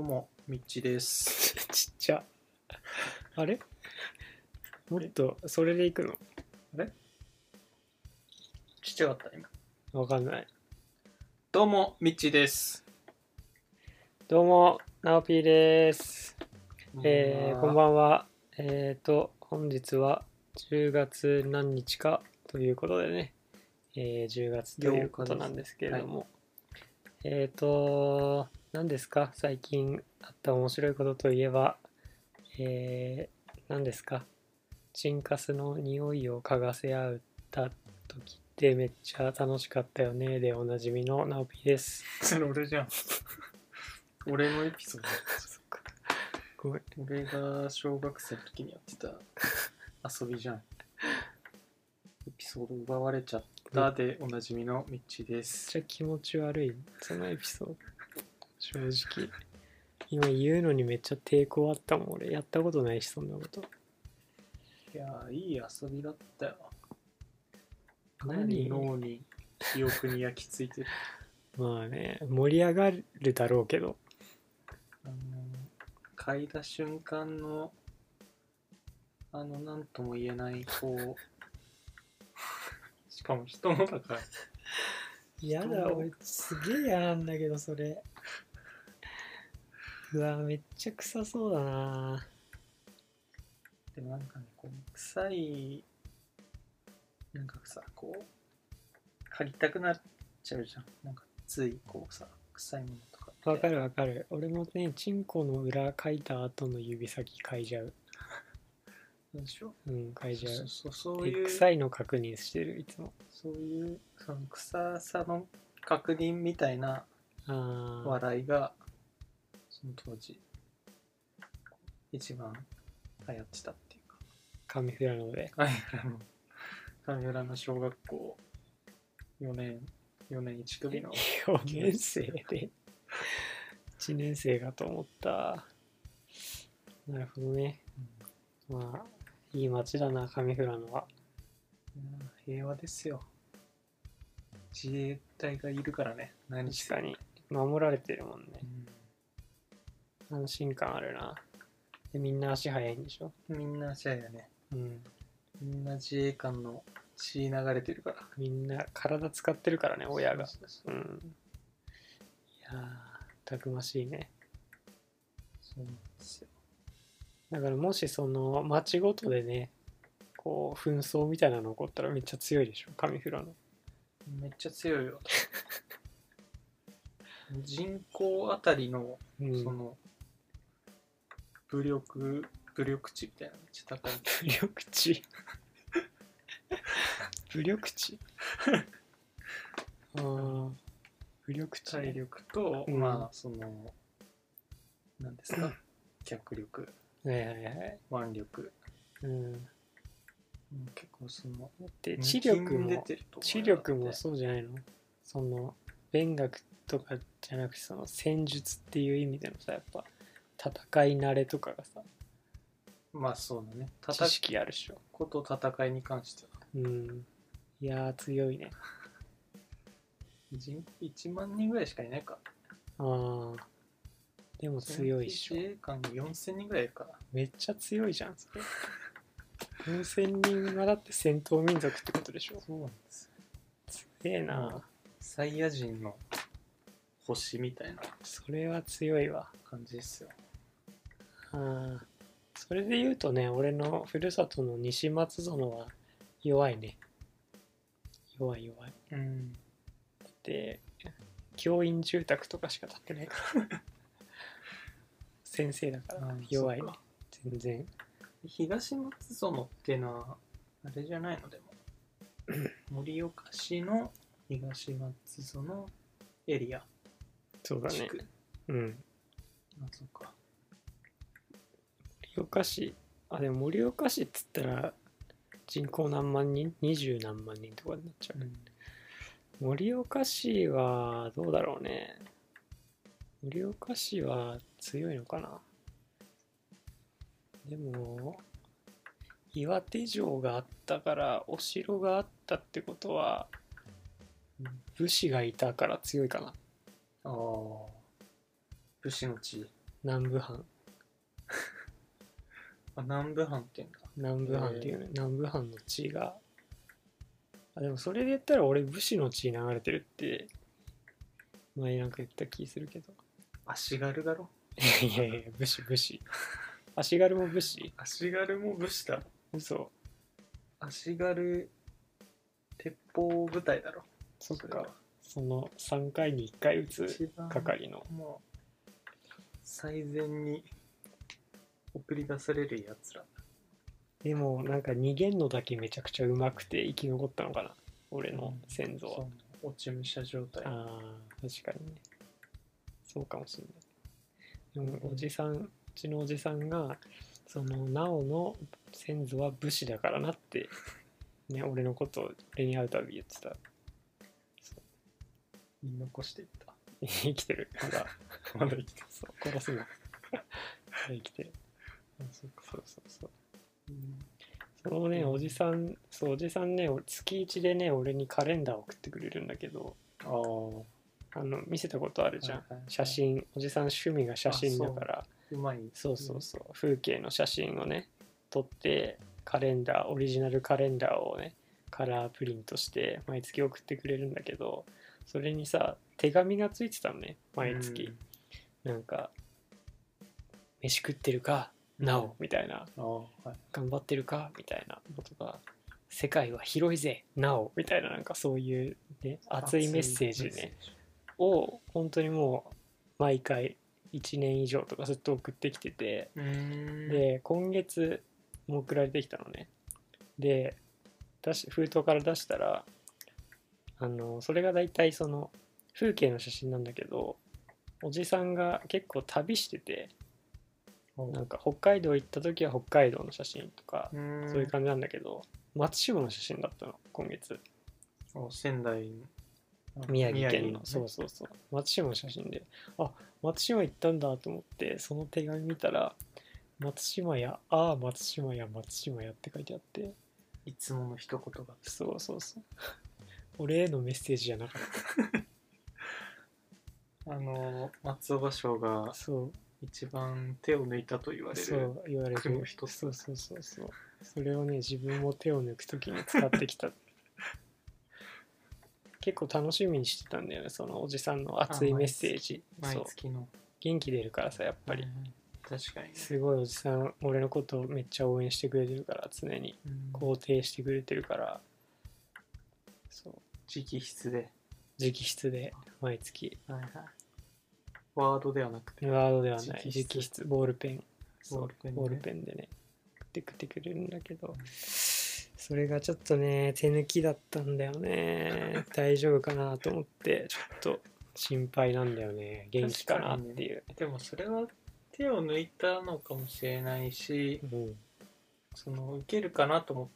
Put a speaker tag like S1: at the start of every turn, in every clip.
S1: も、みっちです。 ちっちゃ。あれもっと、それでいくの
S2: ちっちゃかった今。
S1: わかんない。
S2: どうも、みっちーです。
S1: どうも、なおぴーです。えー、こんばんは。えっ、ー、と、本日は10月何日かということでね、えー、10月ということなんですけれども、えっ、ー、と、何ですか最近あった面白いことといえば、えー、何ですかチンカスの匂いを嗅がせ合った時ってめっちゃ楽しかったよねでおなじみのなおぴーです。
S2: それ俺じゃん。 俺のエピソー
S1: ごめん。
S2: ド。俺が小学生の時にやってた遊びじゃん。エピソード奪われちゃったでおなじみのみっちーで
S1: めっ
S2: す。
S1: ちゃ気持ち悪いそのエピソード正直今言うのにめっちゃ抵抗あったもん俺やったことないしそんなこと
S2: いやー、いい遊びだったよ。かなり
S1: 何
S2: 脳に、記憶に焼き付いてる。
S1: まあね盛り上がるだろうけど
S2: あの嗅いだ瞬間のあの何とも言えないこ うしかも人のだから
S1: やだ俺すげえ嫌なんだけどそれうわめっちゃ臭そうだな
S2: でもなんかねこう臭いなんかさこう嗅ぎたくなっちゃうじゃんなんかついこうさ臭いものとかって
S1: わかるわかる俺もねチンコの裏かいた後の指先かいじゃう
S2: でしょ
S1: うんかいじゃ
S2: そう
S1: う
S2: そうそう
S1: で
S2: いう
S1: 臭いの確認してるいつも
S2: そういうその臭さの確認みたいな
S1: ああ
S2: 笑いがその当時一番流行ってたっていうか
S1: 紙フラノで
S2: 神浦の神浦の小学校4年4年1組の
S1: 4年生で1年生かと思ったなるほどねまあいい街だな上富良野は
S2: うん平和ですよ自衛隊がいるからね何し
S1: 確
S2: て
S1: か
S2: も
S1: に守られてるもんね
S2: う
S1: 安心感あるなでみんな足早いんでしょ
S2: んみんなじゃあやね
S1: うん
S2: みんな自衛官の血流れてるから
S1: みんな体使ってるからね親が
S2: そうそうそ
S1: う
S2: うん
S1: いやーたくましいね
S2: そうなんですよ
S1: だからもしその街ごとでねこう紛争みたいなの起こったらめっちゃ強いでしょ上富良野
S2: めっちゃ強いよ人口あたりの
S1: うん
S2: その武力武力値みたいなのめっちゃ高い
S1: 武力値武 力値ああ武力値ね、
S2: 体力と、
S1: うん
S2: まあその何ですか脚力
S1: はいはいはい、
S2: 腕力
S1: うん、
S2: うん結構その
S1: で知力
S2: 抜きん出
S1: も
S2: てると思うよ
S1: 知力
S2: だ
S1: も
S2: って
S1: そうじゃないのその勉学とかじゃなくてその戦術っていう意味でのさやっぱ戦い慣れとかがさ
S2: まあそうだね
S1: 知
S2: 叩く
S1: 識あるでしょ
S2: こと戦いに関しては
S1: うんいやー強いね
S2: 人口1万人ぐらいしかいないか
S1: ああでも強いっしょ
S2: 自衛官に4000人ぐらいいるから
S1: めっちゃ強いじゃんそれ4000人がだって戦闘民族ってことでしょ
S2: そうなんですよ
S1: すげえな
S2: サイヤ人の星みたいな
S1: それは強いわ
S2: 感じですよ
S1: あーそれで言うとね俺のふるさとの西松園は弱いね弱い弱い
S2: うん
S1: だって教員住宅とかしか建ってないから 先生だから
S2: うん
S1: 弱いね
S2: そっか
S1: 全然
S2: 東松園っていうのはあれじゃないの でも盛岡市の東松園エリア
S1: そうだ
S2: 地
S1: ね
S2: 区、
S1: うん
S2: あそうか
S1: 盛岡市あでも盛岡市っつったら人口何万人二十何万人とかになっちゃう
S2: うん
S1: 盛岡市はどうだろうね盛岡市は強いのかなでも岩手城があったからお城があったってことは
S2: うん
S1: 武士がいたから強いかな
S2: ああ武士の地
S1: 南部藩
S2: あ、南部藩って言うんだ。
S1: 南部藩っていうね、南部藩の地位があでもそれで言ったら俺武士の地位流れてるって前なんか言った気するけど
S2: 足軽だろ
S1: いやいや武士武士足軽も武士
S2: 足軽も武士だろ
S1: 嘘
S2: 足軽鉄砲部隊だろ
S1: そっ
S2: それは
S1: かその3回に1回打つ
S2: 一番
S1: 係の
S2: もう最善に送り出されるやつら
S1: でもなんか逃げんのだけめちゃくちゃうまくて生き残ったのかな俺の先祖は、
S2: そう落ち武者状態
S1: ああ確かにねそうかもしれないでもおじさんうちのおじさんがそのなおの先祖は武士だからなって ね俺のことを俺に会うたび言ってた
S2: 言い残していった
S1: 生きてるまだまだ生きてるそう殺すなまだ生きてるそうそうそうそのね
S2: うん
S1: おじさんそうおじさんね俺月1でね俺にカレンダーを送ってくれるんだけど
S2: ああ
S1: あの見せたことあるじゃん、
S2: はいはいはい
S1: 写真おじさん趣味が写真だから
S2: うまい
S1: そうそうそう風景の写真をね撮ってカレンダーオリジナルカレンダーをねカラープリントして毎月送ってくれるんだけどそれにさ手紙がついてたのね毎月、なんか「飯食ってるか
S2: うん
S1: なお」みたいな
S2: ああはい
S1: 「頑張ってるか」みたいなのとか「世界は広いぜなお」みたいななんかそういう、ね、熱いメッセージ
S2: 熱い
S1: ね
S2: メッセージ
S1: を本当にもう毎回1年以上とかずっと送ってきてて。
S2: うーん
S1: で今月も送られてきたのねで出し封筒から出したらあのそれが大体その風景の写真なんだけどおじさんが結構旅してて
S2: おう
S1: なんか北海道行った時は北海道の写真とか
S2: うーん
S1: そういう感じなんだけど松島の写真だったの今月
S2: お仙台の
S1: 宮城県
S2: ね
S1: の、そうそうそう松島の写真であ松島行ったんだと思ってその手紙見たら松島やああ松島や松島やって書いてあって
S2: いつもの一言が
S1: そうそうそう。俺へのメッセージじゃなかっ
S2: あの松尾芭蕉が
S1: た。そう、
S2: 一番手を抜いたと言われ
S1: そ
S2: る
S1: う言われ
S2: 苦
S1: る
S2: の。一つ
S1: そうそうそうそう。それをね、自分も手を抜くときに使って きた。結構楽しみにしてたんだよね、そのおじさんの熱いメッセージ。そ
S2: 毎
S1: う。
S2: 月のやっ
S1: 元気出るからさ、やっぱり。
S2: 確かにね
S1: すごいおじさん、俺のことめっちゃ応援してくれてるから、常に。
S2: うん
S1: 肯定してくれてるから。そう。
S2: 直筆で
S1: 直筆で、毎月。
S2: はいはいワードではなくて
S1: ワードではない
S2: 直
S1: 直
S2: 筆
S1: 筆ボールペンそう
S2: ボールペンね
S1: ボールペンでね送ってくってくれるんだけどそれがちょっとね手抜きだったんだよね 大丈夫かなと思ってちょっと心配なんだよね元気かなっていう、
S2: でもそれは手を抜いたのかもしれないし
S1: うん
S2: その受けるかなと思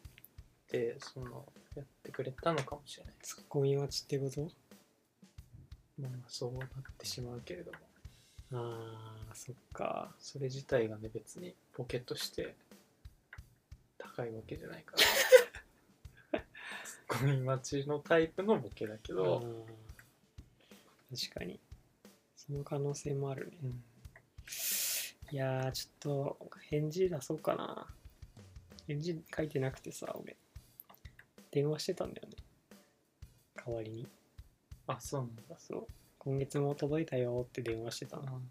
S2: ってそのやってくれたのかもしれない
S1: ツッコミ待ちってこと
S2: まあそうなってしまうけれども
S1: あーそっか
S2: それ自体がね別にポケットして高いわけじゃないから ツッコミ待ちのタイプのボケだけ
S1: あー
S2: ど、
S1: 確かにその可能性もあるね
S2: うん
S1: いやーちょっと返事出そうかな返事書いてなくてさ俺電話してたんだよね代わりに
S2: あそうなんだ
S1: そう今月も届いたよって電話してたの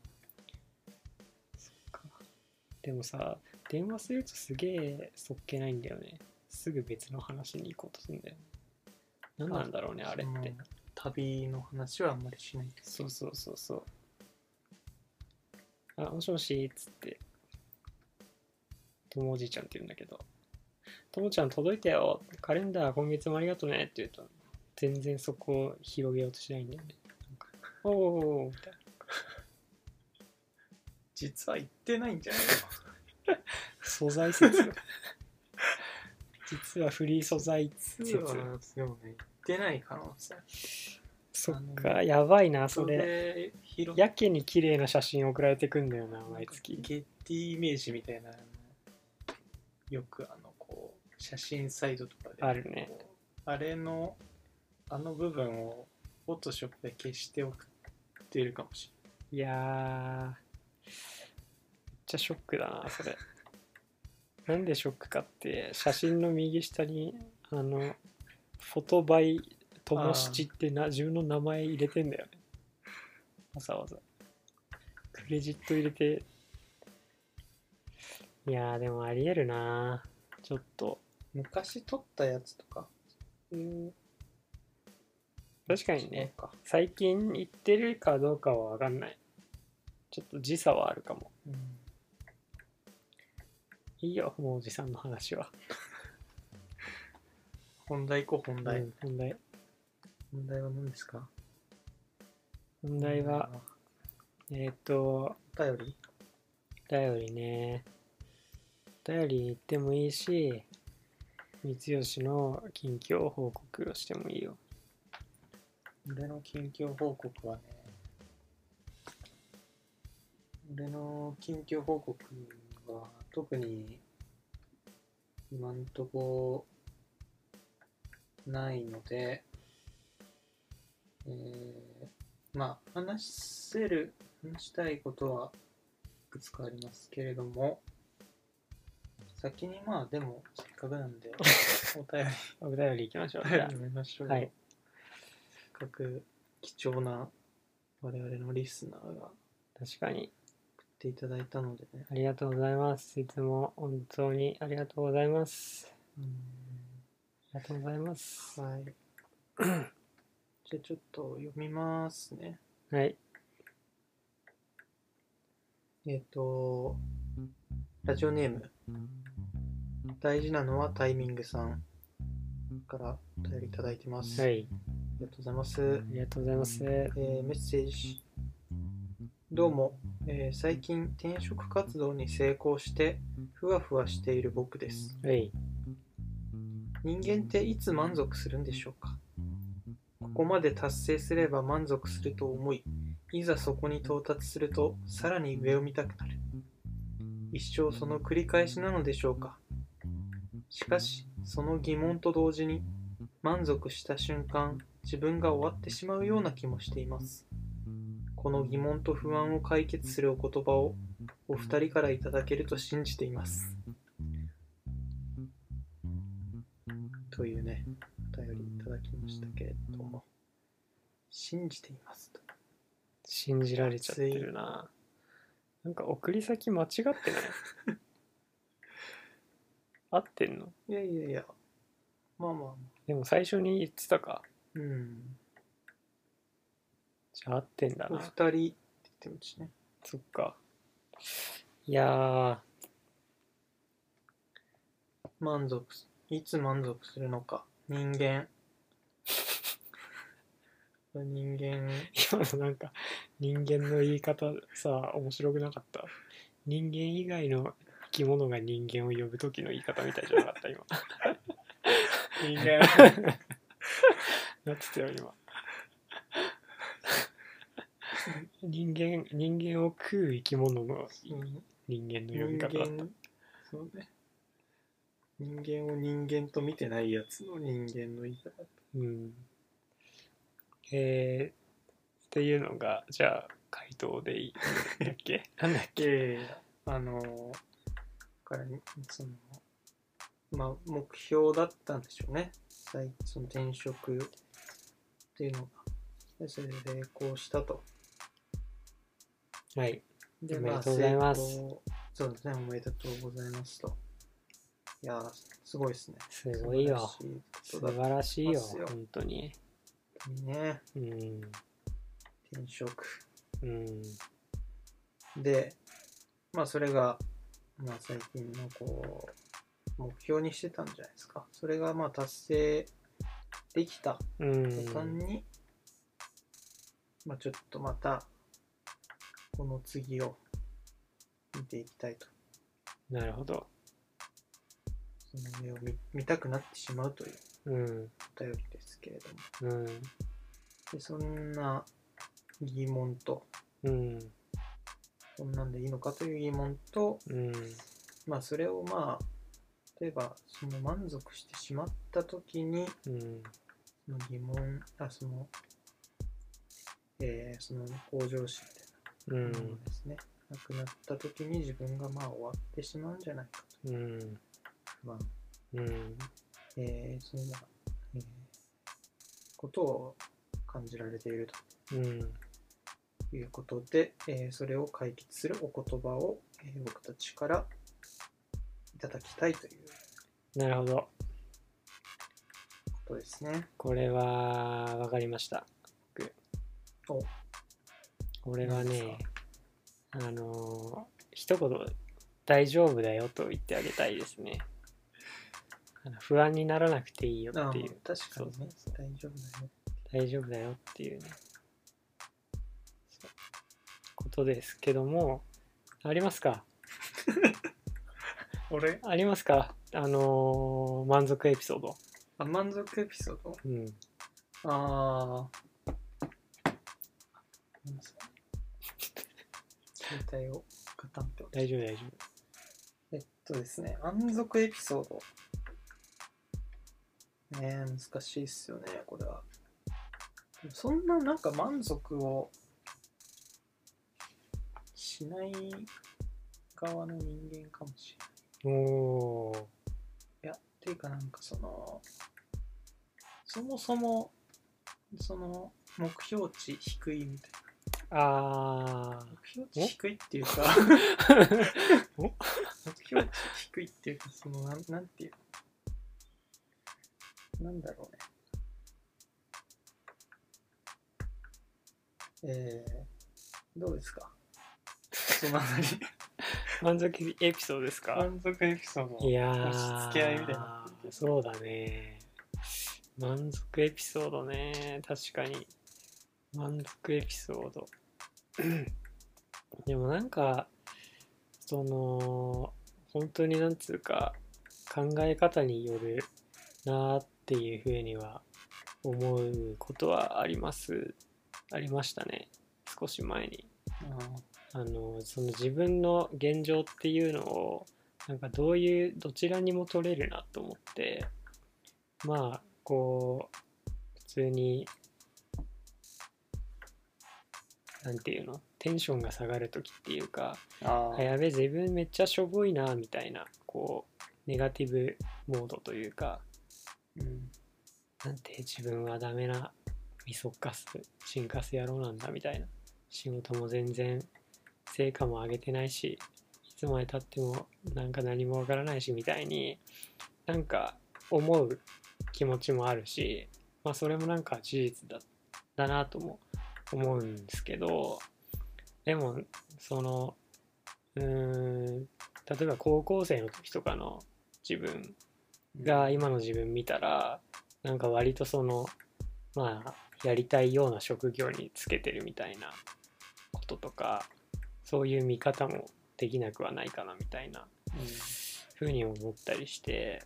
S1: でもさ電話するとすげえそっけないんだよねすぐ別の話に行こうとするんだよね何なんだろうねあれっ
S2: そ
S1: て
S2: の旅の話はあんまりしないけど
S1: そうそうそうそうあもしもしっつってともおじいちゃんって言うんだけど「ともちゃん届いたよカレンダー今月もありがとね」って言うと全然そこを広げようとしないんだよねなんかおーおーおーみたいな
S2: 実は行ってないんじゃない
S1: 素材説実はフリー素材
S2: の
S1: 説
S2: 実はでもね行ってない可能性
S1: そっかやばいなそれ
S2: れ広
S1: やけに綺麗な写真送られてくんだよな毎月
S2: ゲッティイメージみたいなあのよくあのこう写真サイトとかで
S1: あるね
S2: こうあれのあの部分をフォトショップで消して送ってるかもし
S1: いやーちゃショックだなそれなんでショックかって写真の右下にあのフォトバイともしちってな自分の名前入れてんだよねわざわざクレジット入れていやーでもありえるなちょっと
S2: 昔撮ったやつとか。うん
S1: 確かにね。
S2: そうか
S1: 最近行ってるかどうかは分かんないちょっと時差はあるかも
S2: うん
S1: いいよもうおじさんの話は、
S2: 本題行こう、本題。
S1: うん問題
S2: 問題は何ですか
S1: 問題は、。えーっ、と
S2: お便り
S1: お便りねお便り言ってもいいし三吉の近況報告をしてもいいよ
S2: 俺の近況報告はね、俺の近況報告は特に今んとこないので、えーまあ話せる、話したいことはいくつかありますけれども、先にまあでもせっかくなんでお便り
S1: お便り行きましょう
S2: お
S1: じ
S2: 便
S1: ゃ
S2: り読みましょう。
S1: はい
S2: せっかく貴重な我々のリスナーが送
S1: あ確かに
S2: っていただいたのでね。
S1: ありがとうございますいつも本当にありがとうございます
S2: う
S1: ありがとうございます
S2: ーんはい。 じゃあちょっと読みますね。
S1: はい
S2: えっ、と、ラジオネーム、大事なのはタイミングさんからお便りいただいてます。
S1: は
S2: あ
S1: い
S2: りがとうございます。
S1: ありがとうございます
S2: えーメッセージどうも、えー最近転職活動に成功してふわふわしている僕です
S1: はい
S2: 人間っていつ満足するんでしょうかここまで達成すれば満足すると思いいざそこに到達するとさらに上を見たくなる一生その繰り返しなのでしょうかしかしその疑問と同時に満足した瞬間自分が終わってしまうような気もしていますこの疑問と不安を解決するお言葉をお二人からいただけると信じていますというねお便りいただきましたけれども信じていますと
S1: 信じられちゃってるななんか送り先間違 ってない合ってんの
S2: いやいやいやまあまあまあ
S1: でも最初に言ってたか
S2: うん
S1: じゃあ合ってんだ
S2: お
S1: な
S2: 二人って言ってましたね
S1: そっかいやー
S2: 満足すいつ満足するのか人間 人間
S1: 今のなんか人間の言い方さ面白くなかった人間以外の生き物が人間を呼ぶ時の言い方みたいじゃなかった今
S2: 人間
S1: なってたよ今人間人間を食う生き物の人間の呼び
S2: 人
S1: 方だった
S2: 間そうね人間を人間と見てないやつの人間の言い方
S1: うんえー、っていうのがじゃあ回答でいいんだっけなんだっけ
S2: であのだからそのまあ目標だったんでしょうね最その転職っていうのがでそれで成功したと
S1: はい
S2: で、
S1: おめで
S2: まあ、
S1: とうございます
S2: 成功そうですね、おめでとうございますと。いやー、すごいですね。
S1: すごいよ
S2: 素晴らしいことだ
S1: 素
S2: っ
S1: 晴らしいよ
S2: そうだ
S1: 本当に
S2: たね。
S1: うん
S2: 転職。
S1: うん
S2: で、まあ、それが、まあ、最近のこう、目標にしてたんじゃないですか。それが、まあ、達成できた
S1: う
S2: 途端
S1: ん
S2: に、まあ、ちょっとまた、この次を見ていきたいと。
S1: なるほど
S2: その目を見見たくなってしまうという
S1: うん
S2: お便りですけれども。
S1: うん
S2: でそんな疑問と
S1: うん
S2: こんなんでいいのかという疑問と
S1: うん
S2: まあそれをまあ例えばその満足してしまった時に
S1: うん
S2: その疑問あそのえーその向上心みたい
S1: うん
S2: なものですね、亡くなった時に自分がまあ終わってしまうんじゃないかと。
S1: うん
S2: まあ、
S1: うん
S2: えー、そのような、えーことを感じられている
S1: うん
S2: ということで、えーそれを解決するお言葉を、えー僕たちからいただきたいという
S1: なるほど
S2: ことですね。
S1: これは分かりました僕
S2: お
S1: 俺は
S2: 何
S1: ね
S2: で
S1: あのー一言「大丈夫だよ」と言ってあげたいですねあの不安にならなくていいよ
S2: ああ、
S1: っていう
S2: 確かにね、
S1: そうそう
S2: 大丈夫だよ。
S1: 大丈夫だよっていうねそうことですけどもありますか
S2: 俺
S1: ありますかあのー満足エピソード
S2: あ、満足エピソード
S1: うん
S2: ああ。ごめんなさい携帯をガタンって落とし
S1: 大丈夫大丈
S2: えっとですね、満足エピソード。ねえ、難しいっすよね、これは。でもそんななんか満足をしない側の人間かもしれない。
S1: 夫おー
S2: いや、っていうかなんかその、そもそも、その、目標値低いみたいな。
S1: あ
S2: 目標値低いって いうか、
S1: ー
S2: 目標値低いっていうか、その、なんなんていうのなんだろうね。えー、どうですかそのあたり、
S1: 満足エピソードですか
S2: 満足エピソード
S1: いやー
S2: 押し付け合いみたいになってるけど
S1: そうだね満足エピソードね確かに満足エピソードでもなんかその本当になんつうか考え方によるなーっていうふうには思うことはありますありましたね少し前にあのその自分の現状っていうのをなんかどういうどちらにも取れるなと思ってまあこう普通になんていうのテンションが下がる時っていうか
S2: あ
S1: あやべ自分めっちゃしょぼいなみたいなこうネガティブモードというか
S2: うん、
S1: なんて自分はダメな味噌カス新カス野郎なんだみたいな仕事も全然成果も上げてないしいつまでたってもなんか何もわからないしみたいになんか思う気持ちもあるしまあそれもなんか事実だだなとも思うんですけどでもそのうーん例えば高校生の時とかの自分が今の自分見たらなんか割とそのまあやりたいような職業につけてるみたいなこととかそういう見方もできなくはないかなみたいなふうに思ったりして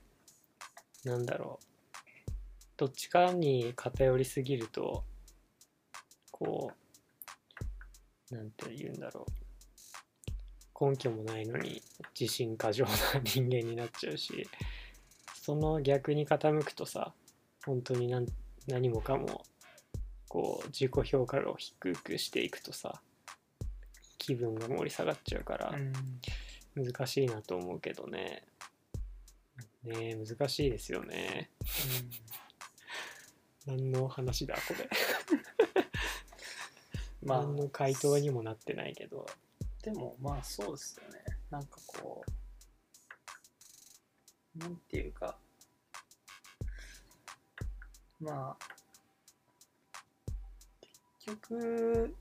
S1: なんだろうどっちかに偏りすぎるとこうなんて言うんだろう根拠もないのに自信過剰な人間になっちゃうしその逆に傾くとさ本当に何何もかもこう自己評価を低くしていくとさ気分が盛り下がっちゃうから、
S2: うん
S1: 難しいなと思うけどね。ねえ難しいですよね。何の話だ、これ。
S2: うん、 まあ
S1: 何の回答にもなってないけど。
S2: でもまあそうですよねなんかこうなんていうかまあ結局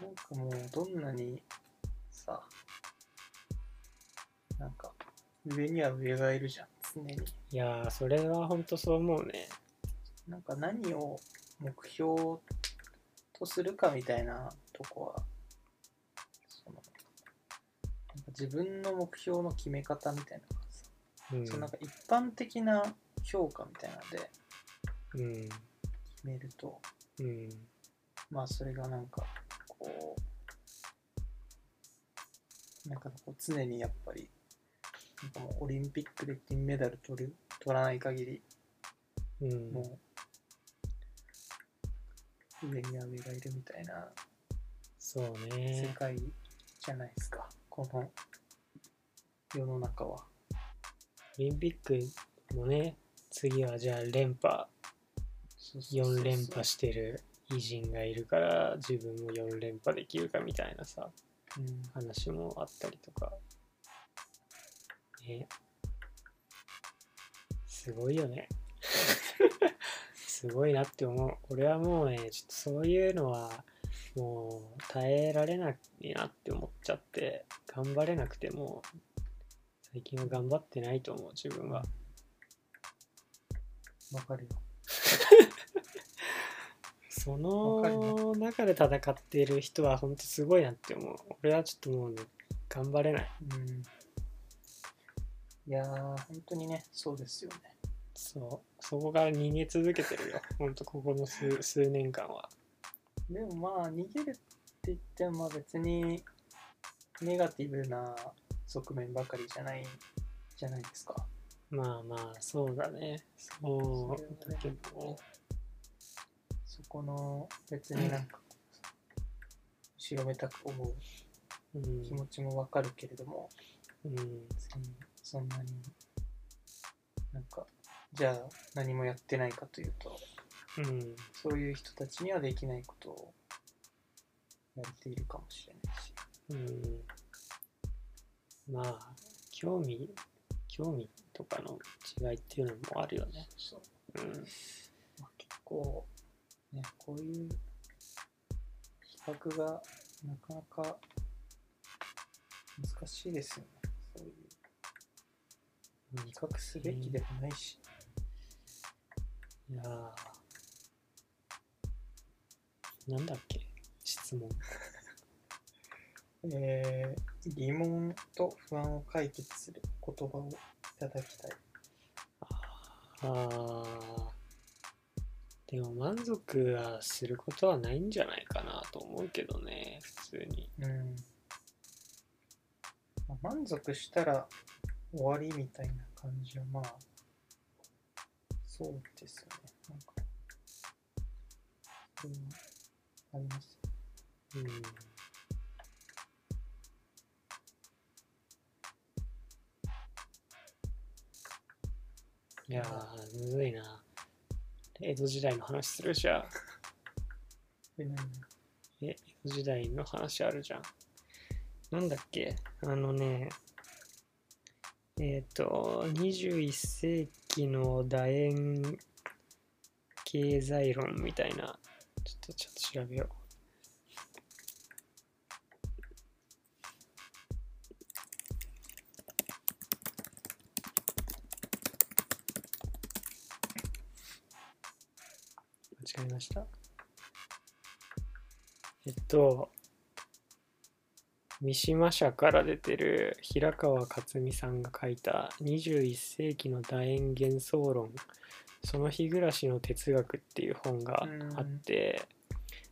S2: なんかもうどんなにさなんか上には上がいるじゃん常に
S1: いやー、それは本当そう思うね。
S2: なんか何を目標とするかみたいなとこはそのなんか自分の目標の決め方みたいなのがさ、
S1: うん。
S2: そのなんか一般的な評価みたいなので
S1: うん。
S2: 決めると
S1: うん。
S2: まあそれがなんかこうなんかこう常にやっぱりなんかもうオリンピックで金メダル取る取らない限り
S1: うん。
S2: もう上には上がいるみたいな
S1: そう
S2: 世
S1: ね
S2: 界じゃないですか、この世の中は。
S1: オリンピックもね次はじゃあ連覇
S2: そうそうそうそう
S1: 4連覇してる偉人がいるから自分も4連覇できるかみたいなさ
S2: うん
S1: 話もあったりとかねすごいよね すごいなって思う俺はもうねちょっとそういうのはもう耐えられないなって思っちゃって頑張れなくてもう最近は頑張ってないと思う自分は
S2: わかるよ。
S1: そ
S2: わかる
S1: の中で戦っている人は本当すごいなって思う俺はちょっともうね頑張れない
S2: うん。いやー、本当にね、そうですよね。
S1: そう、そこから逃げ続けてる よ。ほんと、ここの数数年間は。
S2: でもまあ、逃げるって言っても、まあ別に、ネガティブな側面ばかりじゃない、じゃないですか。
S1: まあまあ、そうだね。そうだけどね。
S2: そこの、別になんか、後ろめたく思う
S1: う
S2: 気
S1: ん。
S2: 持ちもわかるけれども、
S1: うん、
S2: 別にそんなに、なんか、じゃあ何もやってないかというと、
S1: うん、
S2: そういう人たちにはできないことをやっているかもしれないし。
S1: うん。まあ、興味、興味とかの違いっていうのもあるよね。
S2: そう
S1: うん。
S2: まあ、結構、ね、こういう比較がなかなか難しいですよね。そういう比較すべきでもないし。
S1: いやーなんだっけ質問。
S2: えー疑問と不安を解決する言葉をいただきたい。
S1: ああ。でも満足はすることはないんじゃないかなと思うけどね、普通に。
S2: うん。まあ満足したら終わりみたいな感じは、まあ、そうですよね。なんか、それはあります。
S1: うん。いやー、むずいな。江戸時代の話するじゃん。
S2: え、何
S1: え、江戸時代の話あるじゃん。なんだっけあのね、えっ、と、21世紀の楕円経済論みたいな、ちょっと、ちょっと調べよう。間違えました。えっと、三島社から出てる平川克美さんが書いた21世紀の楕円幻想論その日暮らしの哲学っていう本があって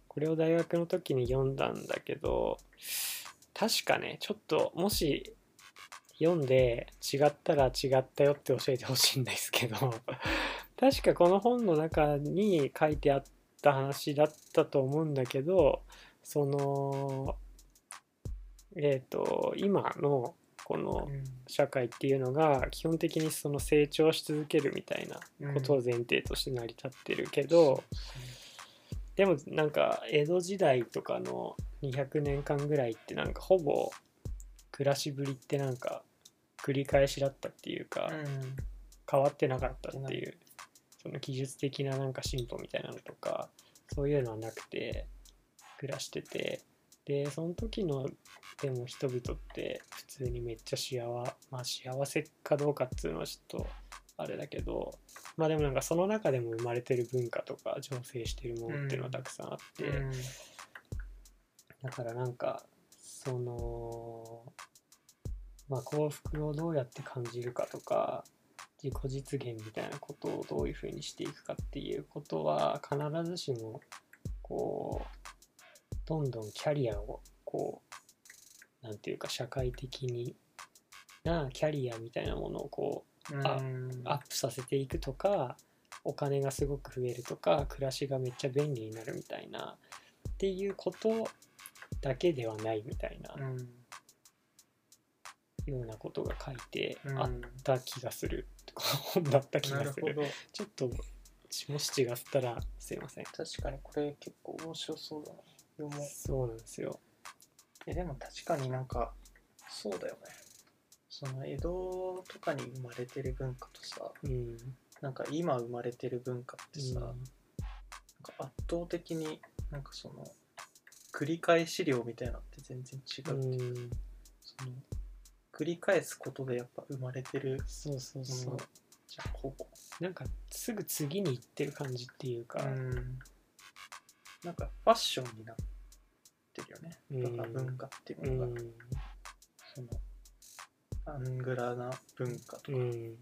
S1: これを大学の時に読んだんだけど確かねちょっともし読んで違ったら違ったよって教えてほしいんですけど確かこの本の中に書いてあった話だったと思うんだけどそのえっ、と今のこの社会っていうのが基本的にその成長し続けるみたいな
S2: うん
S1: ことを前提として成り立ってるけど、でもなんか江戸時代とかの200年間ぐらいってなんかほぼ暮らしぶりってなんか繰り返しだったっていうか、
S2: うん
S1: 変わってなかったっていうその技術的ななんか進歩みたいなのとかそういうのはなくて暮らしててでその時のでも人々って普通にめっちゃ幸,、まあ、幸せかどうかっていうのはちょっとあれだけどまあでもなんかその中でも生まれてる文化とか醸成してるものっていうのはたくさんあって、
S2: うん
S1: だからなんかそのまあ幸福をどうやって感じるかとか自己実現みたいなことをどういうふうにしていくかっていうことは必ずしもこうどんどんキャリアをこうなんていうか社会的になキャリアみたいなものをこうあ
S2: うん
S1: アップさせていくとかお金がすごく増えるとか暮らしがめっちゃ便利になるみたいなっていうことだけではないみたいな
S2: うん
S1: ようなことが書いて
S2: うん
S1: あった気がする、 この本だった気
S2: な
S1: が
S2: る
S1: す
S2: ほ
S1: る
S2: ど
S1: ちょっともし違ったらすいません
S2: 確かにこれ結構面白そうだな読もう
S1: そうなんですよ
S2: えでも確かになんかそうだよねその江戸とかに生まれてる文化とさ
S1: うん
S2: なんか今生まれてる文化ってさ、なんか圧倒的になんかその繰り返し量みたいなのって全然違
S1: う
S2: う、
S1: ん
S2: その繰り返すことでやっぱ生まれてる
S1: そうそう
S2: も
S1: そう、
S2: のじゃんほぼ
S1: なんかすぐ次に行ってる感じっていうか、
S2: うんなんかファッションになってるよね、
S1: うん
S2: だから文化っていうも
S1: う
S2: のが、
S1: ん
S2: そのアングラな文化と
S1: う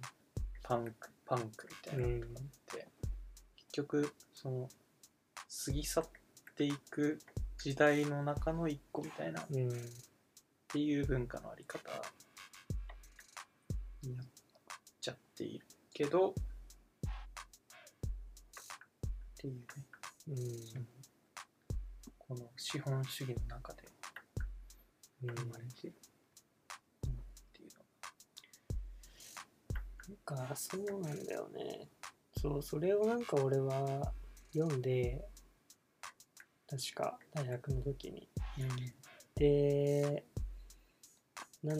S2: か、パ
S1: ん
S2: ンクパンクみたいな
S1: う
S2: のっ
S1: ん
S2: て、結局その過ぎ去っていく時代の中の一個みたいなっ
S1: うん
S2: ていう文化のあり方になっちゃっているけどっていうね
S1: うん
S2: この資本主義の中で
S1: うん
S2: 生まれているものっていうの
S1: なんかそうなんだよねそうそれをなんか俺は読んで確か大学の時にでなん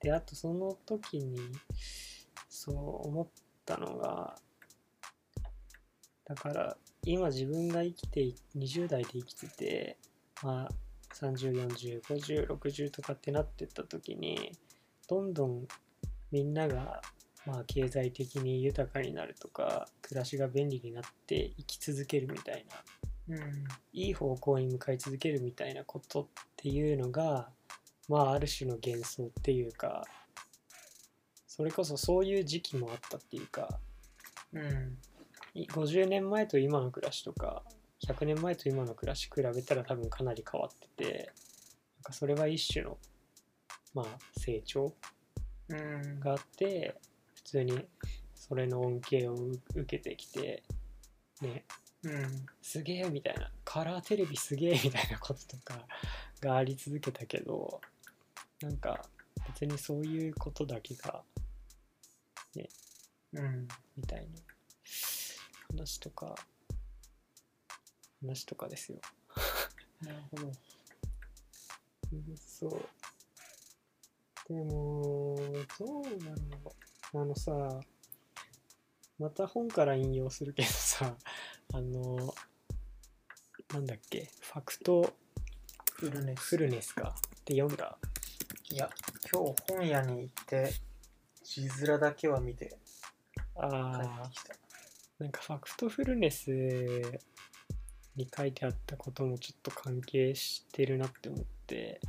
S1: であとその時にそう思ったのがだから今自分が生きてい20代で生きててまあ30405060とかってなってった時にどんどんみんながまあ経済的に豊かになるとか暮らしが便利になって生き続けるみたいな
S2: うん
S1: いい方向に向かい続けるみたいなことっていうのがまあある種の幻想っていうかそれこそそういう時期もあったっていうか
S2: うん
S1: い50年前と今の暮らしとか100年前と今の暮らし比べたら多分かなり変わっててなんかそれは一種のまあ成長
S2: うん
S1: があって普通にそれの恩恵を受けてきてね
S2: うん
S1: すげえみたいなカラーテレビすげえみたいなこととかがあり続けたけどなんか別にそういうことだけが
S2: うん
S1: みたいな話とか話とかですよ
S2: なるほど
S1: そうでもどうなのあのさまた本から引用するけどさ あのなんだっけファクト
S2: フルネス
S1: フルネスかって読んだ
S2: いや、今日本屋に行って、字面だけは見て帰って
S1: ああ
S2: きた。
S1: なんかファクトフルネスに書いてあったこともちょっと関係してるなって思って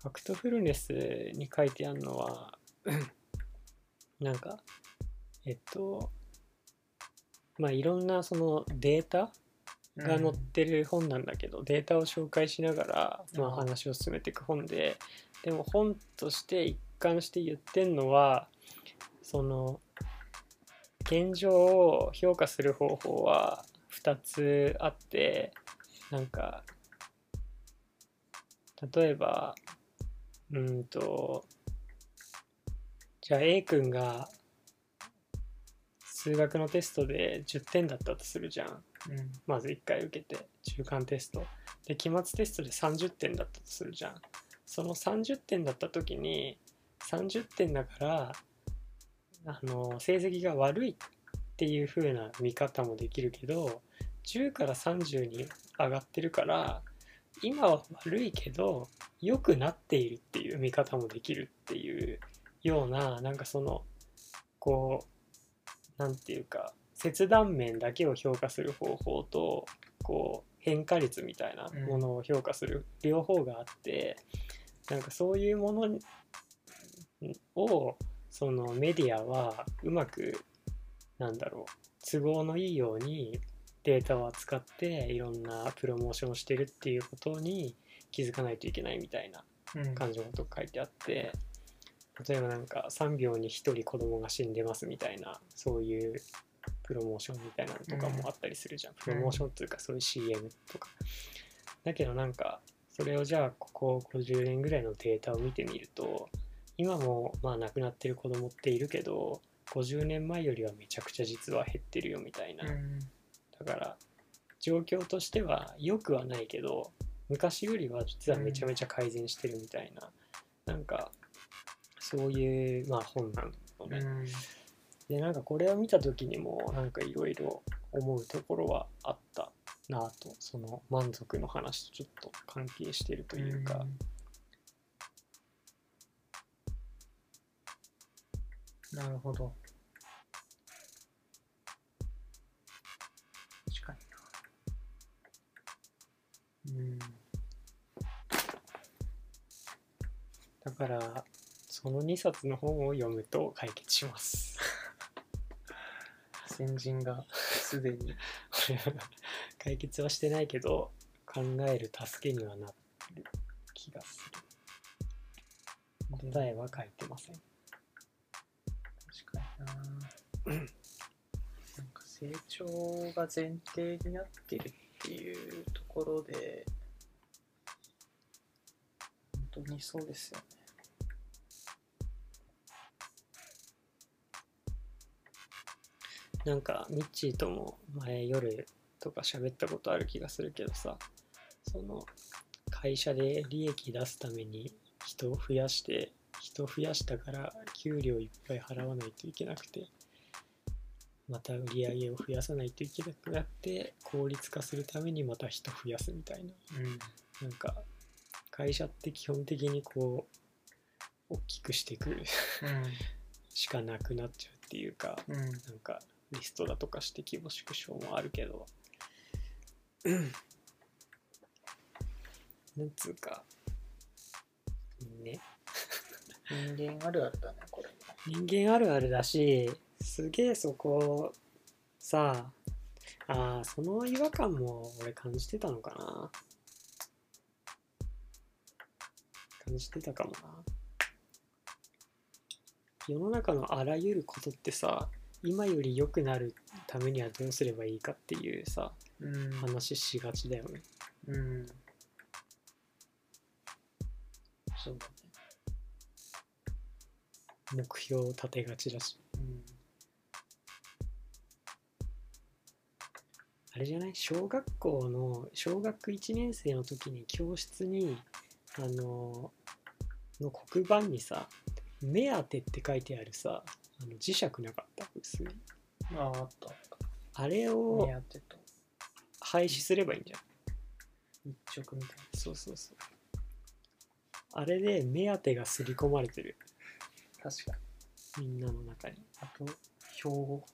S1: ファクトフルネスに書いてあるのはなんかえっとまあいろんなそのデータが載ってる本なんだけど、データを紹介しながら、まあ、
S2: うん
S1: 話を進めていく本ででも本として一貫して言ってんのはその現状を評価する方法は2つあってなんか例えばうーんとじゃあ A 君が数学のテストで10点だったとするじゃん。
S2: うん。うん
S1: まず1回受けて中間テストで期末テストで30点だったとするじゃんその30点だった時に30点だからあの成績が悪いっていう風な見方もできるけど10から30に上がってるから今は悪いけど良くなっているっていう見方もできるっていうようななんかそのこうなんていうか切断面だけを評価する方法とこう変化率みたいなものを評価する両方があって、なんかそういうものにをそのメディアはうまくなんだろう都合のいいようにデータを扱っていろんなプロモーションをしてるっていうことに気づかないといけないみたいな
S2: うん。
S1: 感じのこと書いてあって例えばなんか3秒に1人子供が死んでますみたいなそういうプロモーションみたいなのとかもあったりするじゃん、プロモーションっていうかそういう CM とかだけどなんかそれをじゃあここ50年ぐらいのデータを見てみると今もまあ亡くなってる子供っているけど50年前よりはめちゃくちゃ実は減ってるよみたいな、
S2: うん
S1: だから状況としては良くはないけど昔よりは実はめちゃめちゃ改善してるみたいな、なんかそういう、まあ、本なんのね、
S2: うん
S1: でなんかこれを見た時にもなんかいろいろ思うところはあったなぁとその満足の話とちょっと関係してるというか、
S2: うんなるほど確かになうん
S1: だからその2冊の本を読むと解決します
S2: 先人がすでに
S1: 解決はしてないけど考える助けにはなる気がする
S2: 確
S1: 答えは書いてません
S2: かにななんか成長が前提になってるっていうところで本当にそうですよね
S1: なんかミッチーとも前夜とか喋ったことある気がするけどさその会社で利益出すために人を増やして人を増やしたから給料いっぱい払わないといけなくてまた売り上げを増やさないといけなくなって効率化するためにまた人増やすみたいな
S2: うん
S1: なんか会社って基本的にこう大きくしていくしかなくなっちゃうっていうか
S2: うんうん
S1: なんかリストラとかして規模縮小もあるけど、なんつうか、ね、
S2: 人間あるあるだねこれ
S1: 人間あるあるだし、すげえそこ、さあ、あーその違和感も俺感じてたのかな。感じてたかもな。世の中のあらゆることってさ、今より良くなるためにはどうすればいいかっていうさ、
S2: うん
S1: 話しがちだよね。
S2: うんそうだね
S1: 目標を立てがちだし。
S2: うん
S1: あれじゃない小学校の小学1年生の時に教室にあのの黒板にさ「目当て」って書いてあるさあの磁石なかった薄い
S2: あああったあった
S1: あれ
S2: 目
S1: を
S2: 当てと
S1: 廃止すればいいんじゃん
S2: 一直みたい
S1: そうそうそうあれで目当てが刷り込まれてる
S2: な確かに
S1: みんなの中に
S2: あと標語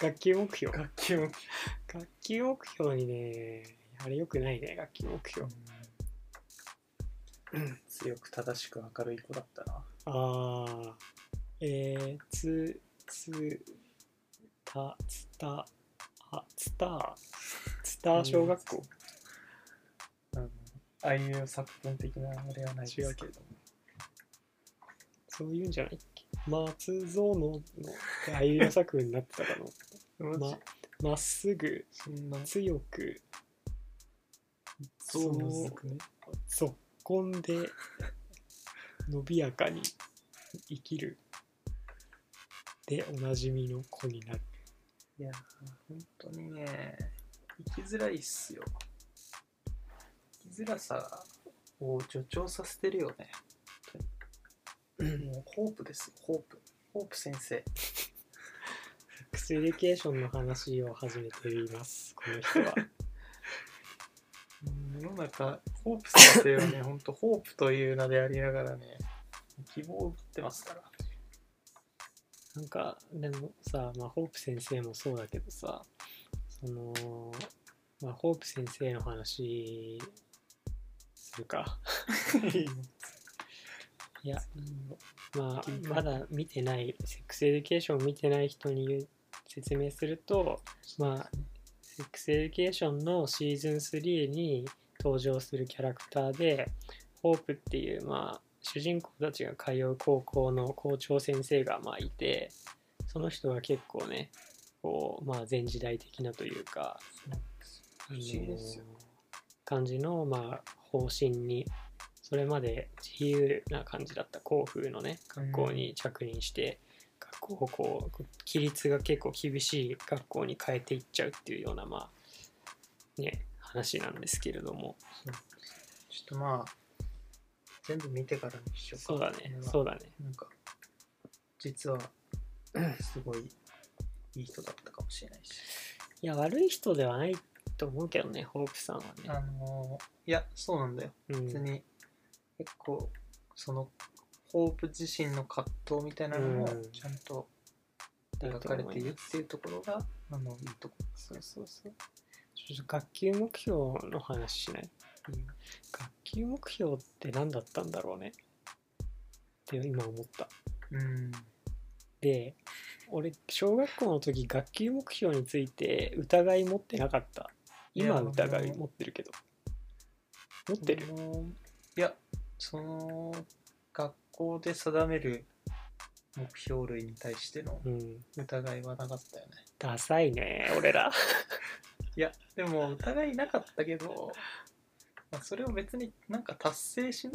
S1: 学級目標
S2: 楽器も
S1: 学級目標にねあれよくないね学級目標
S2: 強く正しく明るい子だったな
S1: ああ、えー、つ、つ、た、つた、あ、つた、つた小学校、
S2: あのああいう作文的なあれはないですけど
S1: そういうんじゃないっけ松園のああいう作文になってたか
S2: マ
S1: な。
S2: ジ
S1: ま、まっすぐ、
S2: そんな
S1: 強く、
S2: そうむずくね
S1: 速根で、伸びやかに生きる。で、おなじみの子になる。
S2: いや本当にね生きづらいっすよ生きづらさを助長させてるよね本当にもうホープですよホープホープ先生
S1: ックスエデュケーションの話を始めています、この人は。
S2: うん世の中ホープ先生はね 本当ホープという名でありながらね希望を奪ってますから
S1: なんかでもさ、まあ、ホープ先生もそうだけどさその、まあ、ホープ先生の話するかいやま
S2: 聞いた
S1: あまだ見てないセックスエデュケーションを見てない人に言う説明するとまあセックスエデュケーションのシーズン3に登場するキャラクターでホープっていう、まあ、主人公たちが通う高校の校長先生がまあいてその人が結構ねこう、まあ、前時代的なというか、
S2: 不思議ですよ
S1: あの感じの、まあ、方針にそれまで自由な感じだった校風のね学校に着任して、学校をこう規律が結構厳しい学校に変えていっちゃうっていうようなまあね話なんですけれども
S2: そうちょっとまあ、全部見てからにしようか。
S1: そうだね
S2: これは
S1: そうだね
S2: なんか、実は、すごいいい人だったかもしれないし。
S1: いや悪い人ではないと思うけどねホープさんは
S2: あ
S1: ね、
S2: のーいや、そうなんだよ。
S1: うん、
S2: 別に、結構、その、ホープ自身の葛藤みたいなのも
S1: うん、
S2: ちゃんと描かれているっていうところが、あの、いいとこ
S1: そうそうそうちょっと学級目標の話しない
S2: ろ。いい
S1: 学級目標って何だったんだろうねって今思った
S2: うん。
S1: で俺小学校の時学級目標について疑い持ってなかった今
S2: いや
S1: 疑
S2: 俺
S1: い
S2: も
S1: 持ってるけど持ってる
S2: そのいやその学校で定める目標類に対しての
S1: うん
S2: 疑いはなかったよね
S1: ダサいね俺ら
S2: いやでも疑いなかったけど、まあ、それを別になんか達成し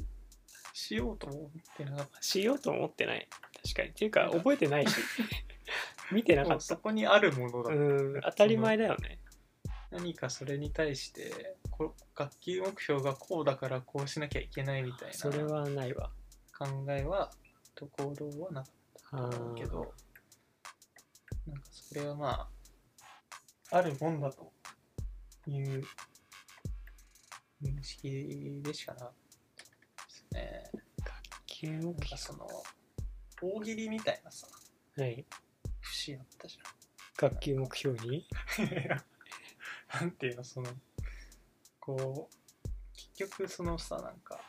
S2: しようとも思ってなかっ
S1: しようと思ってない確かにっていうか覚えてないし 見て
S2: た
S1: なか
S2: もう
S1: っ
S2: そ
S1: た
S2: こにあるものだ、
S1: うん当たり前だよね
S2: 何かそれに対してこ学級目標がこうだからこうしなきゃいけないみたい
S1: それ
S2: な
S1: はないわ
S2: 考えはと行動はなかったと思うけどなんかそれはまあ、あるもんだという認識でしかなかったですね。
S1: 学級
S2: な
S1: 目
S2: ん
S1: 標
S2: かその、大喜利みたいなさ、
S1: はい
S2: 節あったじ
S1: 学級目標に
S2: ゃん。 いやなんていうの、その、こう、結局そのさ、なんか、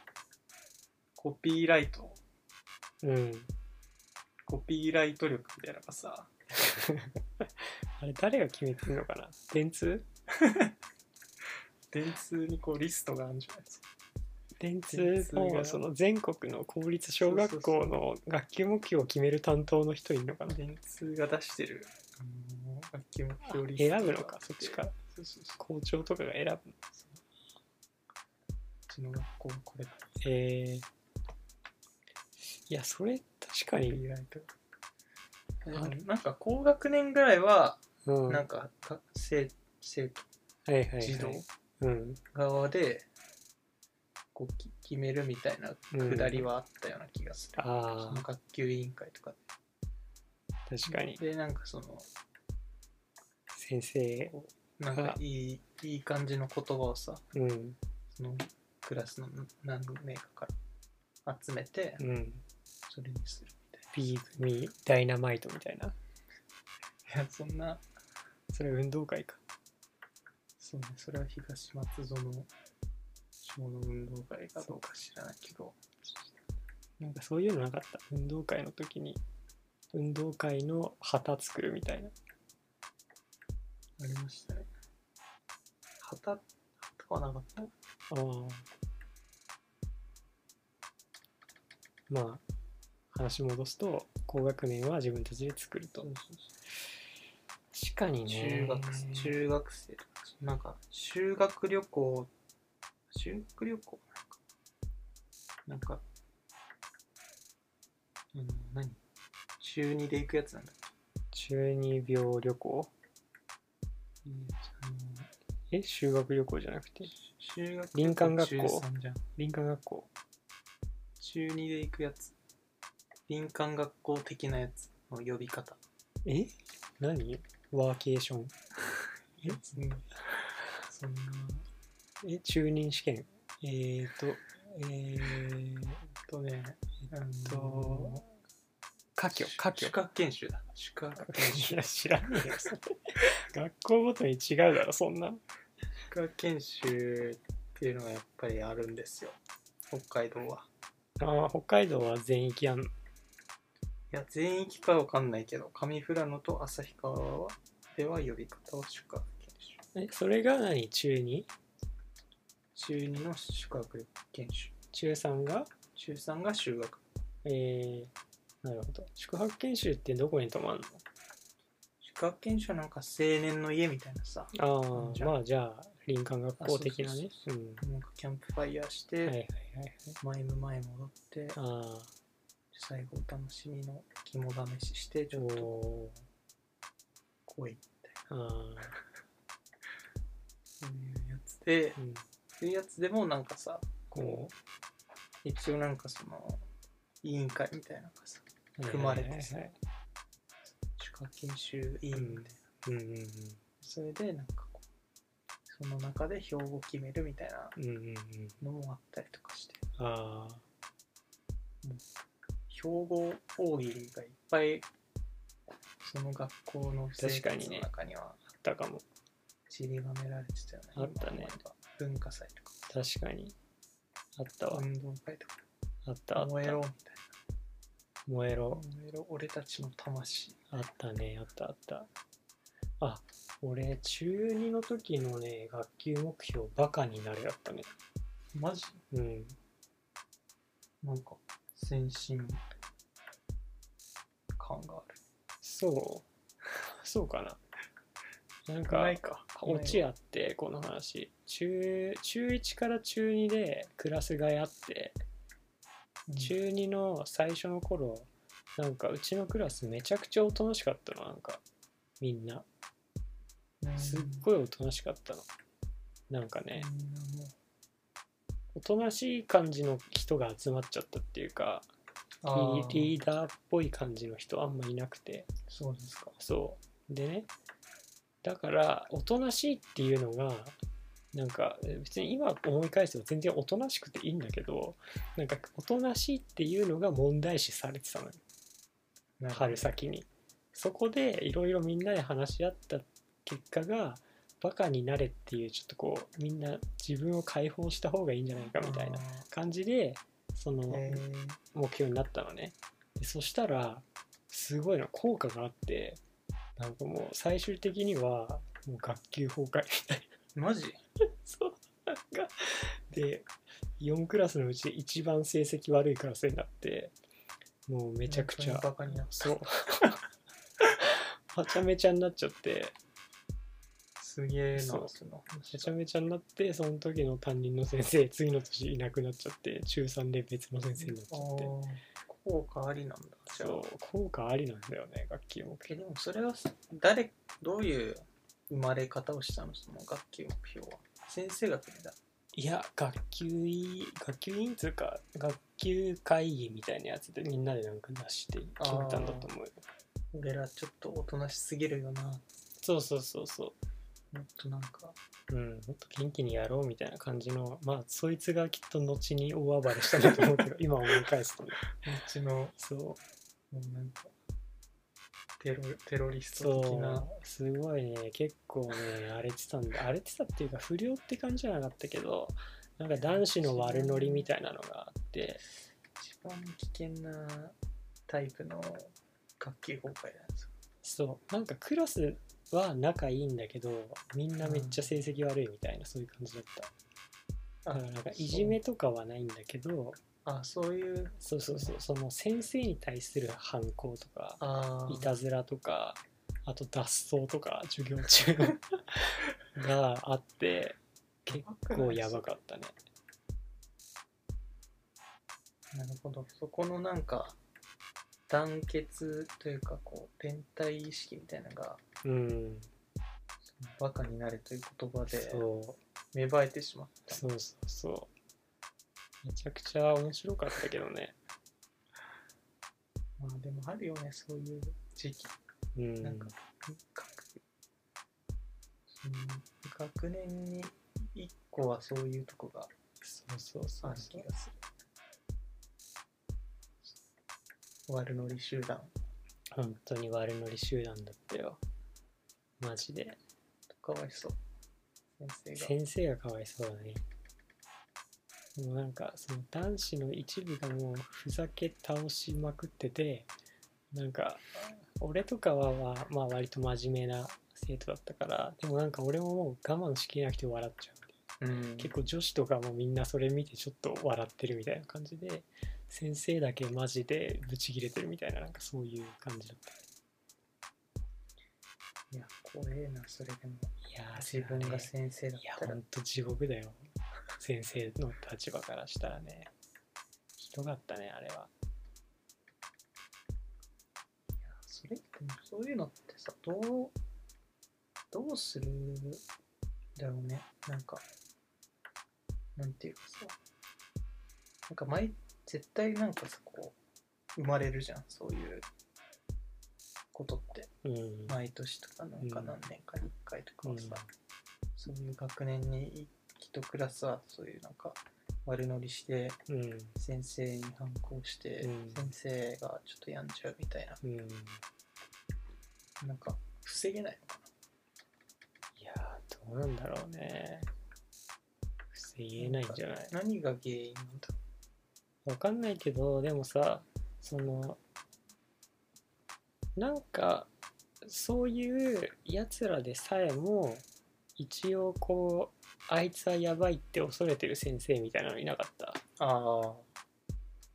S2: コピーライト、
S1: うん
S2: コピーライト力みたいなのがさ、
S1: あれ誰が決めてんのかな電通
S2: 電通にこうリストがあるんじゃないですか。電
S1: 電通
S2: 通が
S1: のその全国の公立小学校の学級目標を決める担当の人いるのかな
S2: 電通が出してる、あのー、学級目標リスト
S1: 選ぶの
S2: と
S1: か
S2: あて
S1: そっちか
S2: そうそうそう。
S1: 校長とかが選ぶ
S2: うちの学校はこれだ。
S1: えー、いやそれ確かに、
S2: 意外と。
S1: ある
S2: なんか高学年ぐらいは、
S1: うん、
S2: な
S1: は
S2: んかか生生徒、
S1: いはい、はい、
S2: 児童
S1: うん
S2: 側でこうき決めるみたいなくだりはあったような気がする。そ
S1: あ
S2: の
S1: あ
S2: 学級委員会とか
S1: 確かに
S2: で。で、なんかその、
S1: 先生
S2: なんかいいいい感じの言葉をさ、
S1: うん
S2: そのクラスの何名かから集めて、
S1: うん
S2: それにするみたい
S1: B 組ダイナマイトみたいな
S2: な。いや、そんな。
S1: それ運動会か
S2: そうね、それは東松園の小の運動会かどうか知らないけど、
S1: なんかそういうのなかった運動会の時に運動会の旗作るみたいな
S2: ありましたね。旗、旗はなかった
S1: ああ。まあ、話戻すと、高学年は自分たちで作ると。確かに
S2: 中学生、
S1: 中
S2: 中学生とか、なんか、修学旅行、修学旅行なんか、なんか、うん、何中2で行くやつなんだっけ
S1: 中二病旅行
S2: えーあの
S1: え修学旅行じゃなくて
S2: 修学
S1: 林間学校
S2: 中3じゃん
S1: 林間学校
S2: 中2で行くやつ林間学校的なやつの呼び方
S1: え何ワーケーションえ
S2: そんなそんな
S1: え中任試験えーと、えー
S2: とねえっ
S1: と科挙科挙
S2: 主科研修だ主科研修
S1: いや知らねえよそれ学校ごとに違うだろそんな
S2: 主科研修っていうのがやっぱりあるんですよ北海道は
S1: ああ北海道は全域やん
S2: いや全域かわかんないけど上富良野と旭川はでは呼び方は主科研修
S1: えそれが何中 2?
S2: 中2の主科研修
S1: 中3が
S2: 中3が修学
S1: えー、なるほど宿泊研修ってどこに泊まる
S2: 主科研修はなんか青年の家みたいなさ
S1: のあ
S2: じ
S1: あ
S2: ゃあ
S1: まあじゃあ林間学校的なね
S2: あ。
S1: うん
S2: なんかキャンプファイヤーし
S1: は
S2: て、
S1: いはいはいはい。
S2: 前の前戻って、
S1: あ
S2: 最後お楽しみの肝試しして、ち
S1: あ、
S2: ょっと
S1: お
S2: 来いみたい
S1: ーあ
S2: な、そういうやつで
S1: ー、、うん、
S2: そういうやつでもなんかさ、こ
S1: こ
S2: う、一応なんかその、委員会みたいなのがさ、
S1: う、
S2: 組まれてさ
S1: はいはい
S2: 歯科研修委員みたいな、
S1: はいうんうん
S2: それでなんかこう、その中で標を決めるみたいな
S1: うん。うんうんうん。
S2: のもあったりとかして、
S1: ああ、
S2: 標語大喜利がいっぱい、その学校の生
S1: 確かに
S2: 活
S1: ね
S2: の中には
S1: あったかも。
S2: 散りばめられてたよね。
S1: あっ
S2: 今
S1: たね
S2: 思えば文化祭とか。
S1: 確かに。あったわ。
S2: 運動会と
S1: あったあ
S2: か
S1: った。
S2: 燃えろみたい
S1: 燃えろ。
S2: な燃えろ俺たちの魂
S1: あったね、あったあった。あ、俺、中2の時のね、学級目標、バカになれだったね。
S2: マジ
S1: うん。
S2: なんか先進感がある
S1: そう。 そうかな。なんか、
S2: ないか
S1: 落ちあって、この話。中、中1から中2でクラス替えあって、
S2: うん
S1: 中2の最初の頃、なんかうちのクラスめちゃくちゃおとなしかったの、なんか、みんな。すっごいおとなしかったの。なんかね、
S2: みんなもう
S1: おとなしい感じの人が集まっちゃったっていうか、
S2: あー
S1: リリーダーっぽい感じの人あんまいなくて
S2: そうですか
S1: そうでねだからおとなしいっていうのがなんか別に今思い返せば全然おとなしくていいんだけどなんかおとなしいっていうのが問題視されてたのよ春先にそこでいろいろみんなで話し合った結果がバカになれっていうちょっとこうみんな自分を解放した方がいいんじゃないかみたいな
S2: あ
S1: 感じでその、
S2: ーへ
S1: 目標になったのねでそしたらすごいな効果があってなんかもう最終的にはもう学級崩壊みたいな
S2: ー マジ
S1: そうなんかで4クラスのうちで一番成績悪いクラスになってもうめちゃくちゃ
S2: 本当にバカになった
S1: そうはちゃめちゃになっちゃって
S2: すげえな
S1: そう
S2: その
S1: はちゃめちゃになってその時の担任の先生次の年いなくなっちゃって中3で別の先生になっちゃって
S2: あー効果ありなんだじゃあ
S1: そう効果ありなんだよね学級目標
S2: えでもそれはさ誰どういう生まれ方をしたのその学級目標は先生が決めた
S1: いや学級委員学級委員つうか学級会議みたいなやつでみんなでなんか出して決めたんだと思うよ
S2: 俺らちょっとおとなしすぎるよな
S1: そうそうそうそ
S2: もっとなんか
S1: ううんもっと元気にやろうみたいな感じのまあそいつがきっと後に大暴れしたんだと思う けど今思い返すとね
S2: うちのも
S1: そう
S2: うなんかテロテロリスト的な
S1: そうすごいね結構ね荒れてたんで荒れてたっていうか不良って感じじゃなかったけどなんか男子の悪ノリみたいなのがあって
S2: 一番危険なタイプの学級崩壊なんですよ
S1: そうなんかクラスは仲いいんだけどみんなめっちゃ成績悪いみたいな、そういう感じだっただからなんかいじめとかはないんだけど
S2: あそういう
S1: そうそうそうその先生に対する反抗とか
S2: あー
S1: いたずらとかあと脱走とか授業 中があって結構やばかったね
S2: なるほどそこのなんか団結というかこう連帯意識みたいなのが
S1: うん
S2: バカになれという言葉で
S1: そう
S2: 芽生えてしまっ
S1: そうそうそうめちゃくちゃ面白かったけどね
S2: た。まあでもあるよね、そういう時期。
S1: うん
S2: なんか、各、その学年に一個はそういうとこが
S1: そうそうそ
S2: あ
S1: う
S2: る
S1: そう
S2: 気がする。悪ノリ集団
S1: 本当に悪ノリ集団だったよマジで
S2: とかわいそう。先生が。
S1: 先生がかわいそうだねもうなんかその男子の一部がもうふざけ倒しまくっててなんか俺とかはまあまあ割と真面目な生徒だったからでもなんか俺ももう我慢しきれなくて笑っちゃう
S2: うん
S1: 結構女子とかもみんなそれ見てちょっと笑ってるみたいな感じで先生だけマジでブチギレてるみたいななんかそういう感じだった
S2: いや、怖えな、それでも。
S1: いややー
S2: 自分が
S1: そ
S2: 先生だ
S1: れはねいや
S2: った
S1: ほ
S2: ら
S1: んと地獄だよ先生の立場からしたらねひどかったねあれは
S2: それでもそういうのってさどうどうするだろうねなんかなんていうかさなんか毎絶対なんかさこう生まれるじゃんそういうことって
S1: うん、
S2: 毎年とかなんか
S1: うん
S2: 何年かに1回とかはさ、
S1: うん
S2: そういう学年に一クラスはそういうなんか悪乗りして
S1: うん
S2: 先生に反抗して、
S1: うん
S2: 先生がちょっと病んじゃうみたいな
S1: うん、い
S2: なんか防げないのか
S1: やーどうなんだろうね防
S2: な
S1: げないんじゃない
S2: んか何が原因なんだ
S1: わかんないけどでもさそのなんかそういうやつらでさえも一応こうあいつはやばいって恐れてる先生みたいなのいなかった
S2: あ